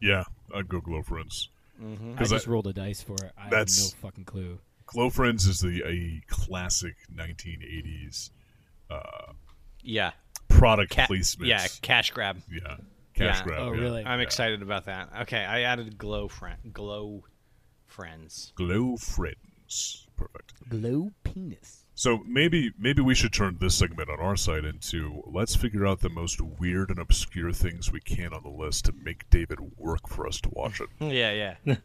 A: Yeah, I'd go Glow Friends.
E: I
A: 'Cause
E: just
A: I-
E: rolled a dice for it. I
A: That's-
E: have no fucking clue.
A: Glow Friends is the a classic 1980s
C: Yeah.
A: product
C: Ca-
A: placement.
C: Yeah, cash grab.
A: yeah, cash
C: Yeah.
A: grab.
E: Oh,
A: yeah.
E: really?
C: I'm excited about that. Okay, I added Glow Friend, Glow Friends.
A: Glow Friends. Perfect.
E: Glow penis.
A: So maybe maybe we should turn this segment on our side into let's figure out the most weird and obscure things we can on the list to make David work for us to watch it.
C: Yeah, yeah.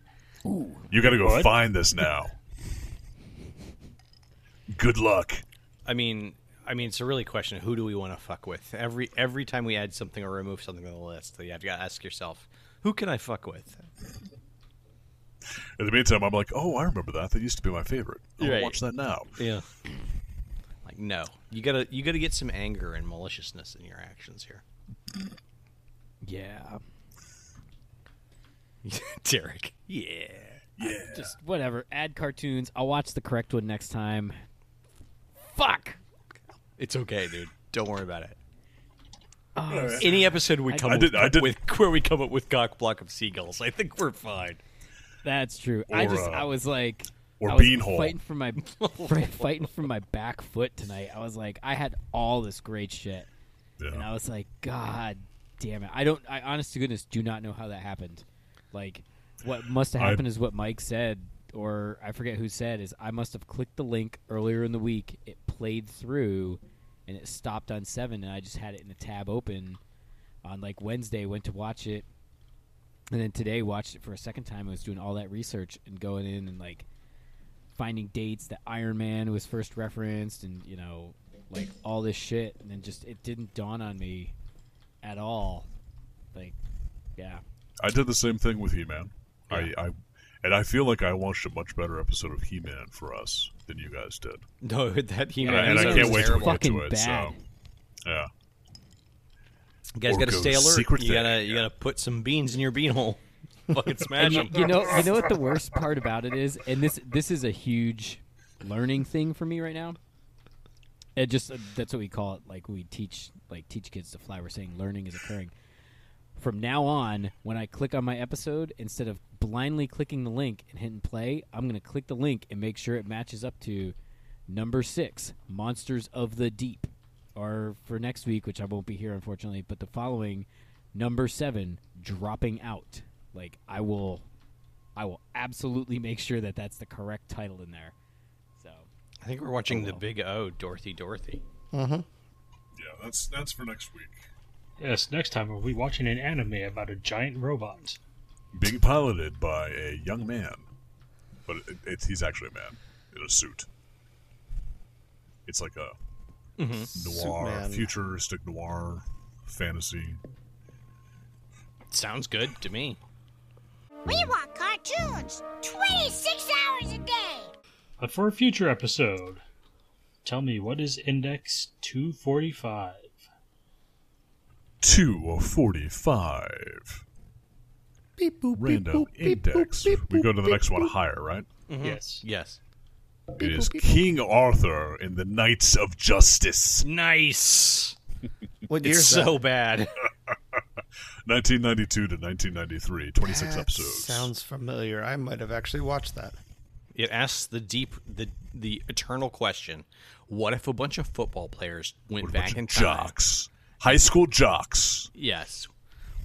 A: You got to go find this now. Good luck.
C: I mean, I mean, it's a really question. Who do we want to fuck with? Every every time we add something or remove something on the list, you have to ask yourself, who can I fuck with?
A: In the meantime, I'm like, oh, I remember that. That used to be my favorite. I'll
C: Right.
A: watch that now.
C: Yeah. Like no, you gotta you gotta get some anger and maliciousness in your actions here,
E: Yeah.
C: Derek. Yeah.
E: Just whatever. Add cartoons. I'll watch the correct one next time. Fuck.
C: It's okay, dude. Don't worry about it. Any episode we come
A: Oh, I
C: up
A: did- I
C: with,
A: did-
C: with- where we come up with cock block of seagulls, I think we're fine.
E: That's true. I
A: Or,
E: just
A: uh,
E: I was like
A: or
E: I was
A: beanhole.
E: fighting for my fri- fighting for my back foot tonight. I was like I had all this great shit and I
A: Yeah.
E: was like god damn it. I don't I honest to goodness do not know how that happened. Like what must have
A: I-
E: happened is what Mike said or I forget who said is I must have clicked the link earlier in the week. It played through and it stopped on 7 and I just had it in a tab open on like Wednesday went to watch it and then today watched it for a second time. I was doing all that research and going in and like finding dates that Iron Man was first referenced and you know like all this shit and then just it didn't dawn on me at all. Like yeah.
A: I did the same thing with He Man. I, I and I feel like I watched a much better episode of He Man for us than you guys did.
C: No, that he
A: And I- and I
E: He-Man
A: can't
E: was
A: wait till we get
E: fucking
A: to it.
E: bad.
A: So yeah.
C: You guys
A: Or
C: got to
A: go
C: stay alert.
A: secret
C: you gotta
A: thing.
C: you gotta put some beans in your beanhole. Fucking smash
E: And
C: them.
E: you, you know you know what the worst part about it is and this this is a huge learning thing for me right now. It just that's what we call it like we teach like teach kids to fly we're saying learning is occurring. From now on, when I click on my episode, instead of blindly clicking the link and hitting play, I'm going to click the link and make sure it matches up to number 6, Monsters of the Deep. Or for next week, which I won't be here unfortunately, but the following number 7, Dropping Out. Like I will I will absolutely make sure that that's the correct title in there. So,
C: I think we're watching the Big O, Dorothy, Dorothy.
A: Yeah, that's that's for next week.
B: Yes, next time we'll be watching an anime about a giant robot.
A: Being piloted by a young man, but it, it's he's actually a man in a suit. It's like a noir,
G: Suit man.
A: futuristic noir, fantasy.
C: Sounds good to me.
I: We want cartoons 26 hours a day.
B: But for a future episode, tell me what is Index 245?
A: Two or forty-five. Random index. we go to the next one higher, right?
B: Yes.
C: Yes.
A: It is King Arthur in the Knights of Justice,
C: Nice.
G: What year
C: It's
G: is
C: so bad.
A: 1992 to 1993,
G: that?
A: 26
G: That
A: episodes.
G: Sounds familiar. I might have actually watched that.
C: It asks the deep, the the eternal question: What if a bunch of football players went
A: What a bunch
C: back
A: of
C: in time?
A: jocks, high school jocks.
C: Yes,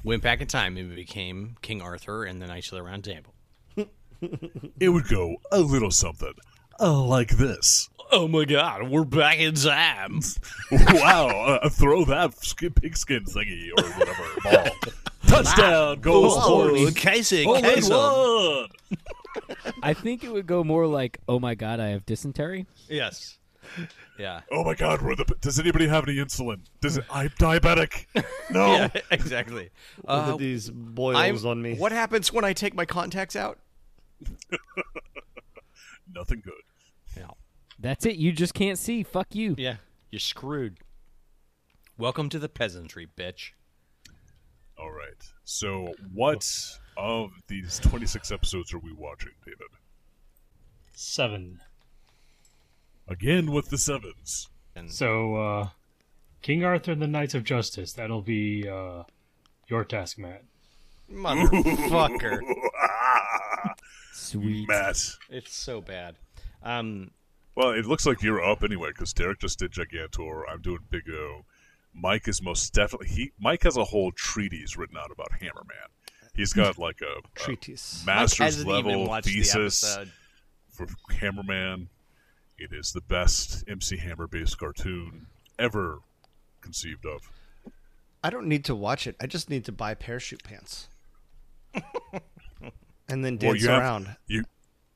C: went back in time and became King Arthur and the Knights of the Round Table.
A: It would go a little something uh, like this.
C: Oh my God, we're back in time.
A: wow, uh, throw that skin, pigskin thingy or whatever ball. Touchdown, goal
C: Oh,
A: scored.
C: Kaiser,
A: Hole in one.
E: I think it would go more like, "Oh my god, I have dysentery."
C: Yes. Yeah.
A: Oh my God! We're the, does anybody have any insulin? Does it, I'm diabetic. No.
C: Yeah, exactly. Uh,
G: Look at these boils
C: I'm-
G: on me.
C: What happens when I take my contacts out?
A: nothing good.
C: Yeah.
E: That's it. You just can't see. Fuck you.
C: Yeah. You're screwed. Welcome to the peasantry, bitch.
A: All right. So, what of these 26 episodes are we watching, David?
B: Seven.
A: Again with the sevens.
B: So, uh, King Arthur and the Knights of Justice, that'll be, uh, your task, Matt.
C: Motherfucker.
E: Sweet.
A: Matt.
C: it's so bad. Um,
A: Well, it looks like you're up anyway because Derek just did Gigantor. I'm doing Big O. Mike is most definitely he. Mike has a whole treatise written out about Hammerman. He's got like a, a
G: Treatise.
C: Mike
A: master's
C: hasn't even
A: level
C: watched
A: thesis
C: the episode.
A: for Hammerman. It is the best MC Hammer based cartoon ever conceived of.
G: I don't need to watch it. I just need to buy parachute pants. and then
A: Well,
G: dance
A: you have-
G: around.
A: you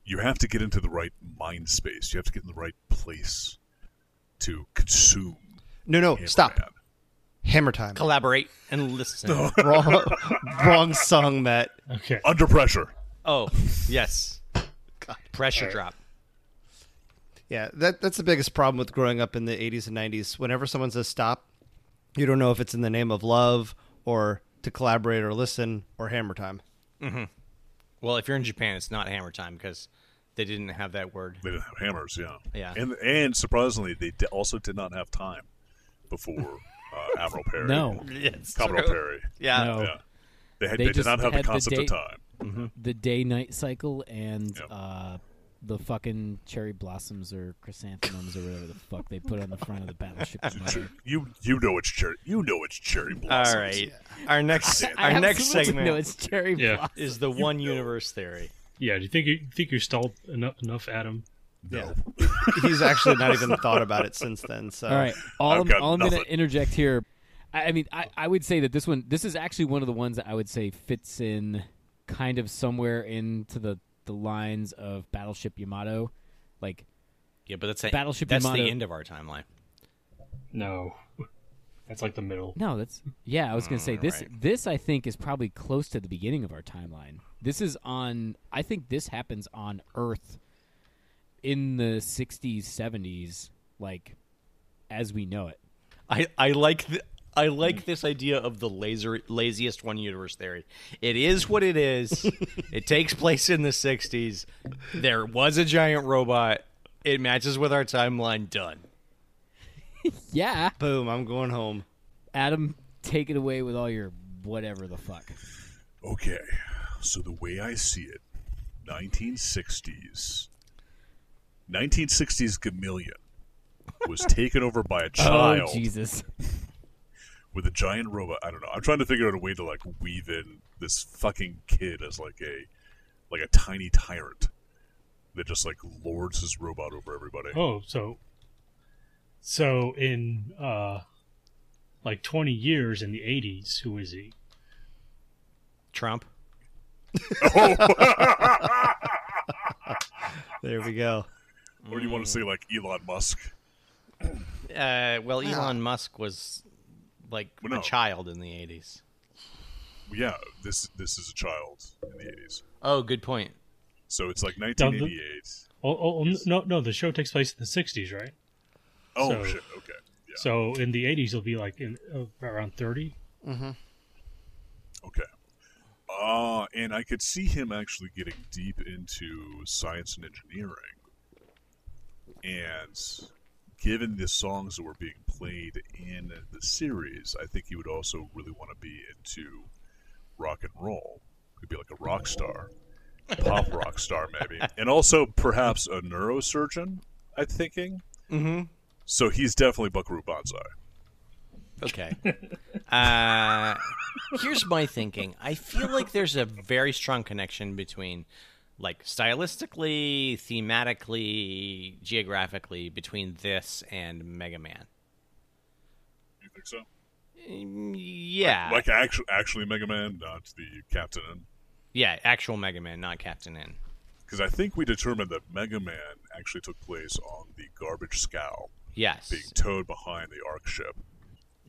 A: you have to get into the right mind space. You have to get in the right place to consume.
G: No, no, stop.
A: Hammerman.
G: Hammer time.
C: Collaborate and listen.
G: wrong, wrong song, Matt.
B: Okay.
A: Under pressure.
C: Oh, yes. Pressure drop.
G: Yeah, that that's the biggest problem with growing up in the 80s and 90s. Whenever someone says stop, you don't know if it's in the name of love or to collaborate or listen or hammer time.
C: Well, if you're in Japan, it's not hammer time because they didn't have that word.
A: They didn't have hammers, yeah.
C: Yeah.
A: And and surprisingly, they di- also did not have time before uh, Admiral Perry.
E: No,
C: It's
A: Commodore
C: true.
A: Perry.
C: Yeah.
E: no.
A: Yeah. They, had,
E: They
A: they, did
E: just
A: not have
E: had
A: the
E: the
A: concept
E: date-
A: of time.
E: The day-night cycle and
A: Mm-hmm. Yep.
E: uh, the fucking cherry blossoms or chrysanthemums or whatever the fuck they put on the front of the battleship. Commander.
A: You you know it's cherry. You know it's cherry blossoms.
C: All right. Our next
E: I
C: our next
E: absolutely
C: segment
E: know it's cherry
B: Yeah.
E: blossom.
C: is the one universe theory.
B: Yeah, do you think you, you think you stalled enough, enough Adam?
A: No.
G: He's actually not even thought about it since then. So
E: All right. All
A: I've
E: I'm,
A: got
E: all I'm going to
A: nothing.
E: interject here. I, I mean, I, I would say that this one, this is actually one of the ones that I would say fits in kind of somewhere into the, the lines of Battleship Yamato. Like,
C: Yeah, but that's a,
E: Battleship
C: That's
E: Yamato.
C: the end of our timeline.
B: No, that's like the middle.
E: no, that's, yeah, I was going to say this, this I think is probably close to the beginning of our timeline. This is on, I think this happens on Earth in the 60s, 70s, like, as we know it.
C: I I like th- I like this idea of the laser laziest one universe theory. It is what it is. it takes place in the '60s. There was a giant robot. It matches with our timeline. Done.
E: Yeah.
G: boom, I'm going home.
E: Adam, take it away with all your whatever the fuck.
A: Okay. So the way I see it, 1960s. 1960s Gamillion was taken over by a child
E: Oh Jesus!
A: with a giant robot. I don't know. I'm trying to figure out a way to like weave in this fucking kid as like a like a tiny tyrant that just like lords his robot over everybody.
B: Oh, so so in uh like 20 years in the 80s, who is he?
C: Trump.
G: There we go.
A: Or do you want
B: Mm.
A: to say like Elon Musk?
C: Uh, well, Elon Musk was like
A: Well, no.
C: a child in the '80s.
A: Yeah, this this is a child in the 80s.
C: Oh, good point.
A: So it's like
B: Doesn't-
A: 1988.
B: Oh, oh, oh, no, no, the show takes place in the 60s, right?
A: Oh
B: So-
A: shit! Okay. Yeah.
B: So in the 80s, he'll be like in uh, around 30.
A: Okay. Uh, and I could see him actually getting deep into science and engineering. And given the songs that were being played in the series, I think he would also really want to be into rock and roll. Could be like a rock star, pop rock star, maybe. And also perhaps a neurosurgeon, I'm thinking. Mm-hmm. So he's definitely Buckaroo Banzai.
C: Okay. uh, here's my thinking. I feel like there's a very strong connection between, like, stylistically, thematically, geographically, between this and Mega Man.
A: You think so?
C: Mm, Yeah.
A: Like actually, actually Mega Man, not the Captain.
C: Yeah, actual Mega Man, not Captain N.
A: because I think we determined that Mega Man actually took place on the garbage scow
C: Yes.
A: being towed behind the Ark ship.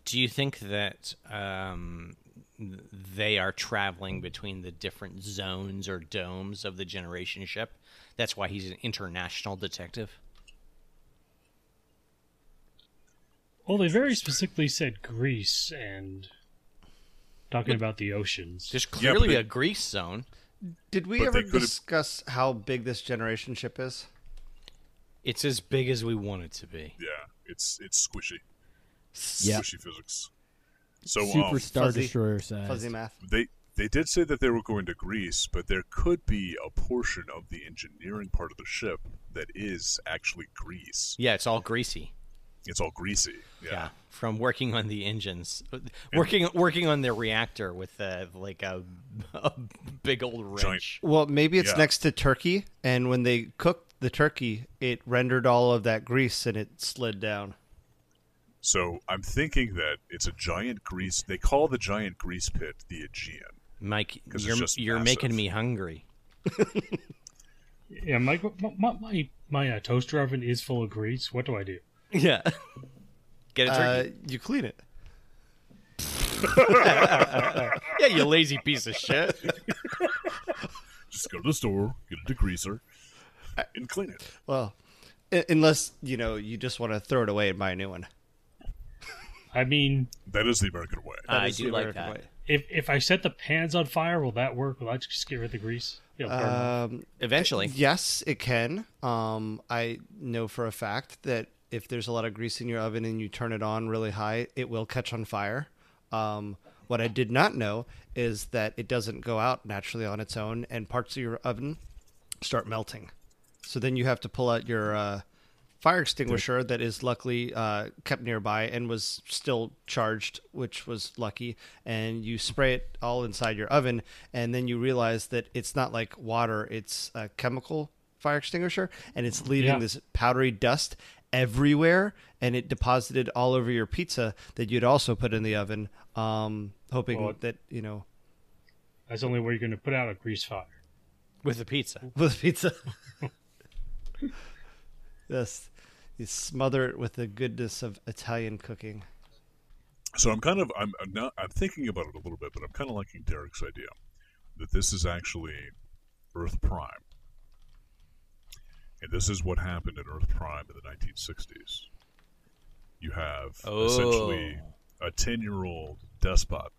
C: Do you think that um, th- they are traveling between the different zones or domes of the generation ship? That's why he's an international detective.
B: Well, they very specifically said Greece and talking about the oceans.
C: There's
A: Yeah, but
C: clearly
A: they-
C: a Greece zone.
G: Did we
A: But
G: ever
A: they could've-
G: discuss how big this generation ship is?
C: It's as big as we want it to be.
A: Yeah, it's it's squishy,
E: Yeah,
A: squishy physics. So
E: super
A: um,
E: Star
G: fuzzy-
E: Destroyer size.
G: Fuzzy math.
A: they they did say that they were going to Greece, but there could be a portion of the engineering part of the ship that is actually Greece.
C: Yeah, it's all greasy.
A: It's all greasy. Yeah.
C: Yeah. From working on the engines, working working on their reactor with uh like a, a big old wrench.
G: Well, maybe it's
A: Yeah.
G: next to turkey, and when they cooked the turkey, it rendered all of that grease and it slid down.
A: So I'm thinking that it's a giant grease. They call the giant grease pit the Aegean.
C: Mike,
A: 'Cause it's
C: you're
A: just
C: you're
A: massive.
C: making me hungry.
B: Yeah, my my my, my uh, toaster oven is full of grease. What do I do?
C: Yeah. Get a
G: Uh,
C: turkey.
G: you clean it.
C: Uh, yeah, you lazy piece of shit.
A: Just go to the store, get a degreaser, and clean it.
G: Well, u- unless you know you just want to throw it away and buy a new one.
B: I mean,
A: That is the American way.
G: That
C: I
G: is
C: do
G: the
C: like
G: American
C: that.
G: way.
B: if if I set the pans on fire, will that work? Will I just get rid of the grease? Yeah, burn off.
G: Um,
C: Eventually,
G: yes, it can. Um, I know for a fact that
D: if there's a lot of grease in your oven and you turn it on really high, it will catch on fire. Um, what I did not know is that it doesn't go out naturally on its own, and parts of your oven start melting. So then you have to pull out your uh, fire extinguisher that is luckily uh, kept nearby and was still charged, which was lucky. And you spray it all inside your oven, and then you realize that it's not like water; it's a chemical fire extinguisher, and it's leaving
B: Yeah.
D: this powdery dust everywhere, and it deposited all over your pizza that you'd also put in the oven, um, hoping
B: Well,
D: that you know
B: That's only where you're going to put out a grease fire.
C: with the pizza.
D: with pizza. yes, you smother it with the goodness of Italian cooking.
A: So I'm kind of I'm, I'm not I'm thinking about it a little bit, but I'm kind of liking Derek's idea that this is actually Earth Prime, and this is what happened in Earth Prime in the 1960s. You have essentially a 10 year old despot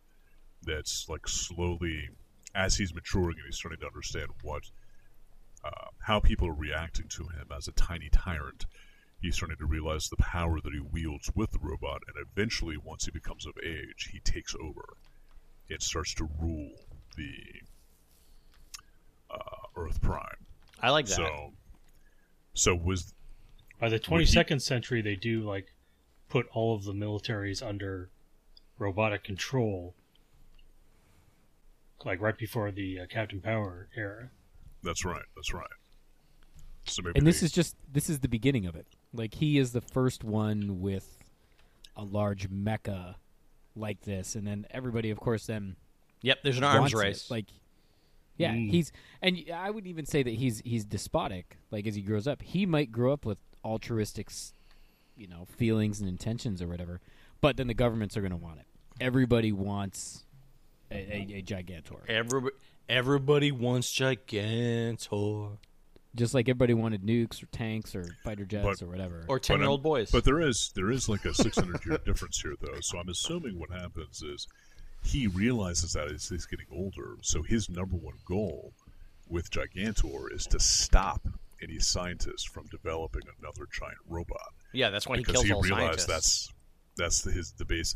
A: that's like slowly, as he's maturing and he's starting to understand what uh, how people are reacting to him as a tiny tyrant he's starting to realize the power that he wields with the robot, and eventually, once he becomes of age, he takes over and starts to rule the uh, Earth Prime.
C: I like that.
A: So, so was
B: By the 22nd century, they do like put all of the militaries under robotic control, like right before the uh, Captain Power era.
A: that's right? That's right. So maybe
E: and this
A: they-
E: is just this is the beginning of it. Like he is the first one with a large mecha like this, and then everybody, of course, then
C: Yep, there's an arms
E: wants it.
C: race.
E: Like, yeah,
B: Mm.
E: he's and y- I would even say that he's he's despotic. Like as he grows up, he might grow up with altruistic, s- you know, feelings and intentions or whatever. But then the governments are going to want it. Everybody wants a, a, a gigantor,
C: everybody, everybody wants Gigantor
E: just like everybody wanted nukes or tanks or fighter jets
A: But-
E: or whatever.
C: or
A: but I'm-
C: ten year old boys.
A: But there is there is like a 600 year difference here, though. So I'm assuming what happens is he realizes that as he's getting older. So his number one goal with Gigantor is to stop any scientist from developing another giant robot
C: yeah, that's why he
A: because
C: kills
A: he
C: all
A: realized
C: scientists.
A: that's that's the, his the base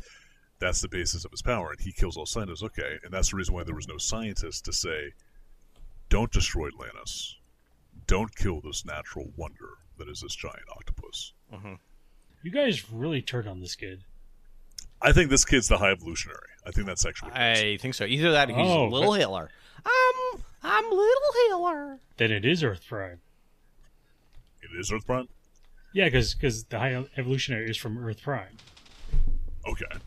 A: that's the basis of his power, and he kills all scientists. Okay, and that's the reason why there was no scientist to say, "Don't destroy Lannis, don't kill this natural wonder that is this giant octopus."
B: You guys really turned on this kid.
A: I think this kid's the high evolutionary. I think that's actually what it is.
C: I think so. Either that, or he's
B: Oh,
C: Little
B: but-
C: Hiller. I'm I'm Little Hiller.
B: Then it is Earth Prime.
A: It is Earth Prime.
B: Yeah, because the high evolutionary is from Earth Prime.
A: Okay.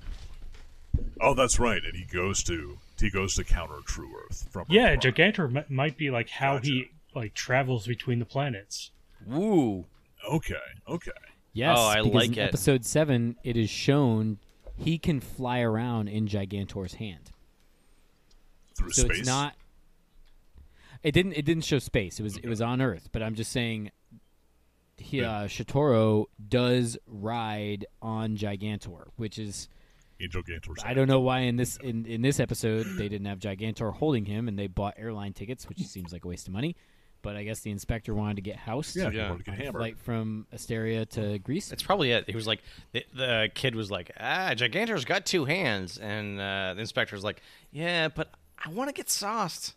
A: Oh, that's right. And he goes to he goes to counter True Earth from
B: Yeah,
A: Earth Prime.
B: Gigantor m- might be like how he
A: Gotcha.
B: like travels between the planets.
C: Woo.
A: Okay, okay.
E: Yes,
C: Oh, I
E: because
C: like
E: in
C: it.
E: episode seven, it is shown he can fly around in Gigantor's hand.
A: Through
E: So
A: space.
E: it's not. It didn't. It didn't show space. It was. It was on Earth. But I'm just saying, he,
A: Yeah.
E: uh, Shatoro does ride on Gigantor, which is
A: Angel Gantor's
E: I don't know why in this in, in this episode they didn't have Gigantor holding him, and they bought airline tickets,
A: Hmm.
E: which seems like a waste of money. But I guess the inspector wanted to get housed.
A: Yeah, he
C: Yeah.
A: wanted to get
E: on a
A: hammered.
E: flight from Asteria to Greece.
C: That's probably it. He was like, the, the kid was like, ah, Gigantor's got two hands. And uh, the inspector's like, yeah, but I want to get sauced.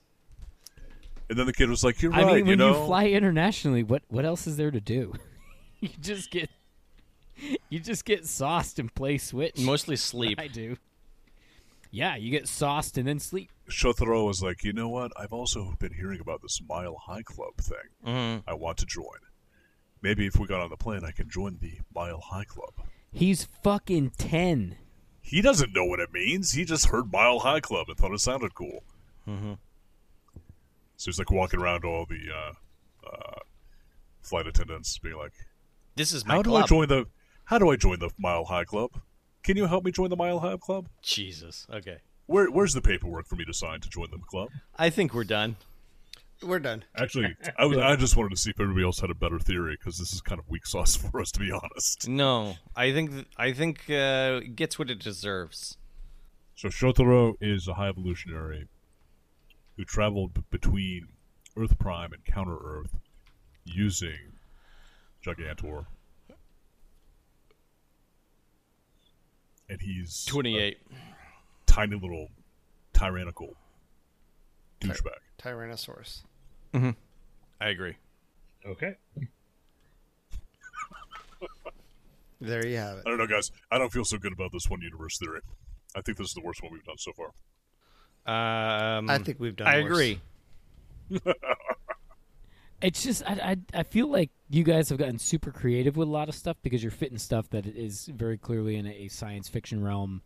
A: And then the kid was like, "You're
E: I
A: right."
E: mean, when
A: you know,
E: fly internationally, what what else is there to do? you just get you just get sauced and play Switch.
C: Mostly sleep.
E: I do. Yeah, you get sauced and then sleep.
A: Shotaro was like, "You know what? I've also been hearing about this Mile High Club thing. I want to join. Maybe if we got on the plane, I can join the Mile High Club."
E: He's fucking ten.
A: He doesn't know what it means. He just heard Mile High Club and thought it sounded cool. Mm-hmm. So he's like walking around all the uh, uh, flight attendants, being like,
C: This is my
A: "How do
C: club.
A: I join the? How do I join the Mile High Club? Can you help me join the Mile High Club?
C: Jesus. Okay.
A: Where, where's the paperwork for me to sign to join the club?"
C: I think we're done.
D: We're done.
A: Actually, I was I just wanted to see if everybody else had a better theory because this is kind of weak sauce for us, to be honest.
C: No, I think th- I think uh, it gets what it deserves.
A: So Shotaro is a high evolutionary who traveled b- between Earth Prime and Counter Earth using Gigantor and he's a
C: Twenty-eight.
A: tiny little tyrannical douchebag.
D: Tyrannosaurus.
C: I agree.
B: Okay.
D: There you have it.
A: I don't know, guys. I don't feel so good about this one universe theory. I think this is the worst one we've done so far.
C: Um,
D: I think we've done.
C: I
D: worse.
C: agree.
E: It's just I, I I feel like you guys have gotten super creative with a lot of stuff because you're fitting stuff that is very clearly in a science fiction realm,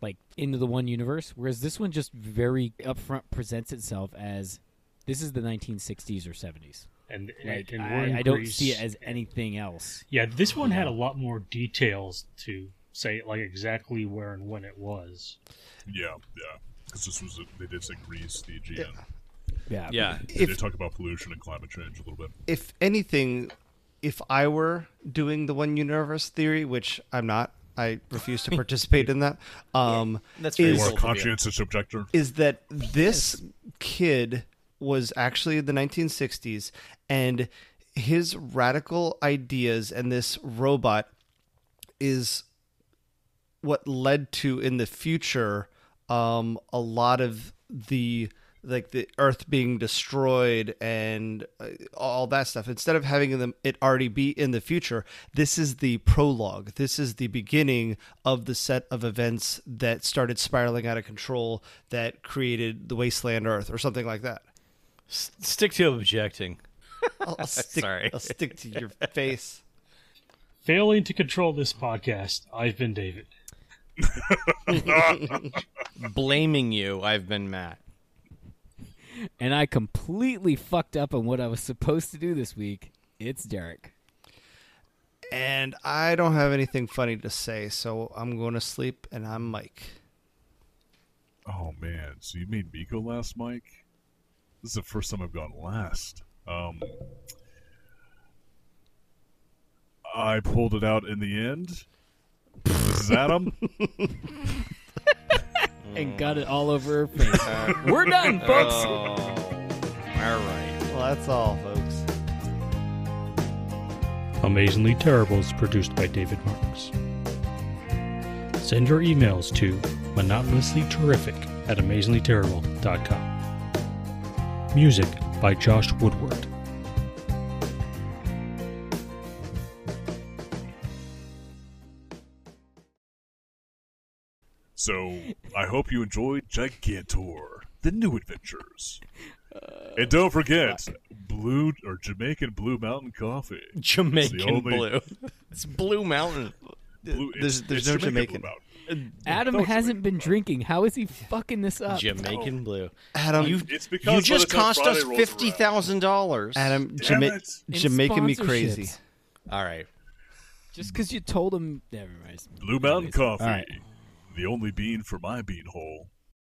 E: like into the one universe. Whereas this one just very upfront presents itself as this is the 1960s or 70s.
B: And,
E: Like
B: and we're in
E: I, I don't
B: Greece.
E: see it as anything else.
B: Yeah, this one had a lot more details to say, like exactly where and when it was.
A: Yeah, yeah. Because this was they did say Greece, the Aegean.
E: Yeah.
C: Yeah.
A: They did
D: If-
A: talk about pollution and climate change a little bit.
D: If anything, if I were doing the one universe theory, which I'm not, I refuse to participate in that. Um,
C: That's very
D: is
A: You are a
C: Cool to be
A: conscientious objector.
D: is that this kid was actually in the 1960s and his radical ideas and this robot is what led to in the future um, a lot of the like the earth being destroyed and uh, all that stuff instead of having them it already be in the future this is the prologue this is the beginning of the set of events that started spiraling out of control that created the wasteland earth or something like that
C: S- stick to objecting.
D: I'll, I'll stick,
C: Sorry.
D: I'll stick to your face
B: Failing to control this podcast, I've been David.
C: Blaming you, I've been Matt.
E: And I completely fucked up on what I was supposed to do this week. It's Derek.
D: and i don't have anything funny to say so i'm going to sleep and i'm mike
A: Oh man, so you made me go last, Mike? This is the first time I've gone last. Um I pulled it out in the end. This is Adam.
E: And got it all over her face. We're done,
D: Uh,
E: folks.
C: Uh, All right.
D: well that's all folks
B: Amazingly Terrible is produced by David Marks. Send your emails to monotonyterrific at amazinglyterrible.com. Music by Josh Woodward.
A: So I hope you enjoyed Gigantor, the new adventures.
D: Uh,
A: and don't forget, blue or Jamaican Blue Mountain Coffee.
C: Jamaican
A: It's the only-
C: blue. It's Blue Mountain.
A: Blue,
D: There's- there's no Jamaican.
A: Blue Mountain.
E: Adam hasn't been drinking. How is he fucking this up?
C: Jamaican blue.
D: adam you
A: Oh. It's because
C: You
A: by
C: just
A: the time
C: cost
A: Friday
C: us
A: rolls
C: fifty thousand dollars.
D: adam
A: Damn
D: Jama-
A: it.
E: And
D: jamaican me crazy
E: sponsorships.
C: All right.
E: Just because you told him. Never mind.
A: around. Blue Mountain
E: Anyways.
A: Coffee,
E: All right.
A: the only bean for my bean hole.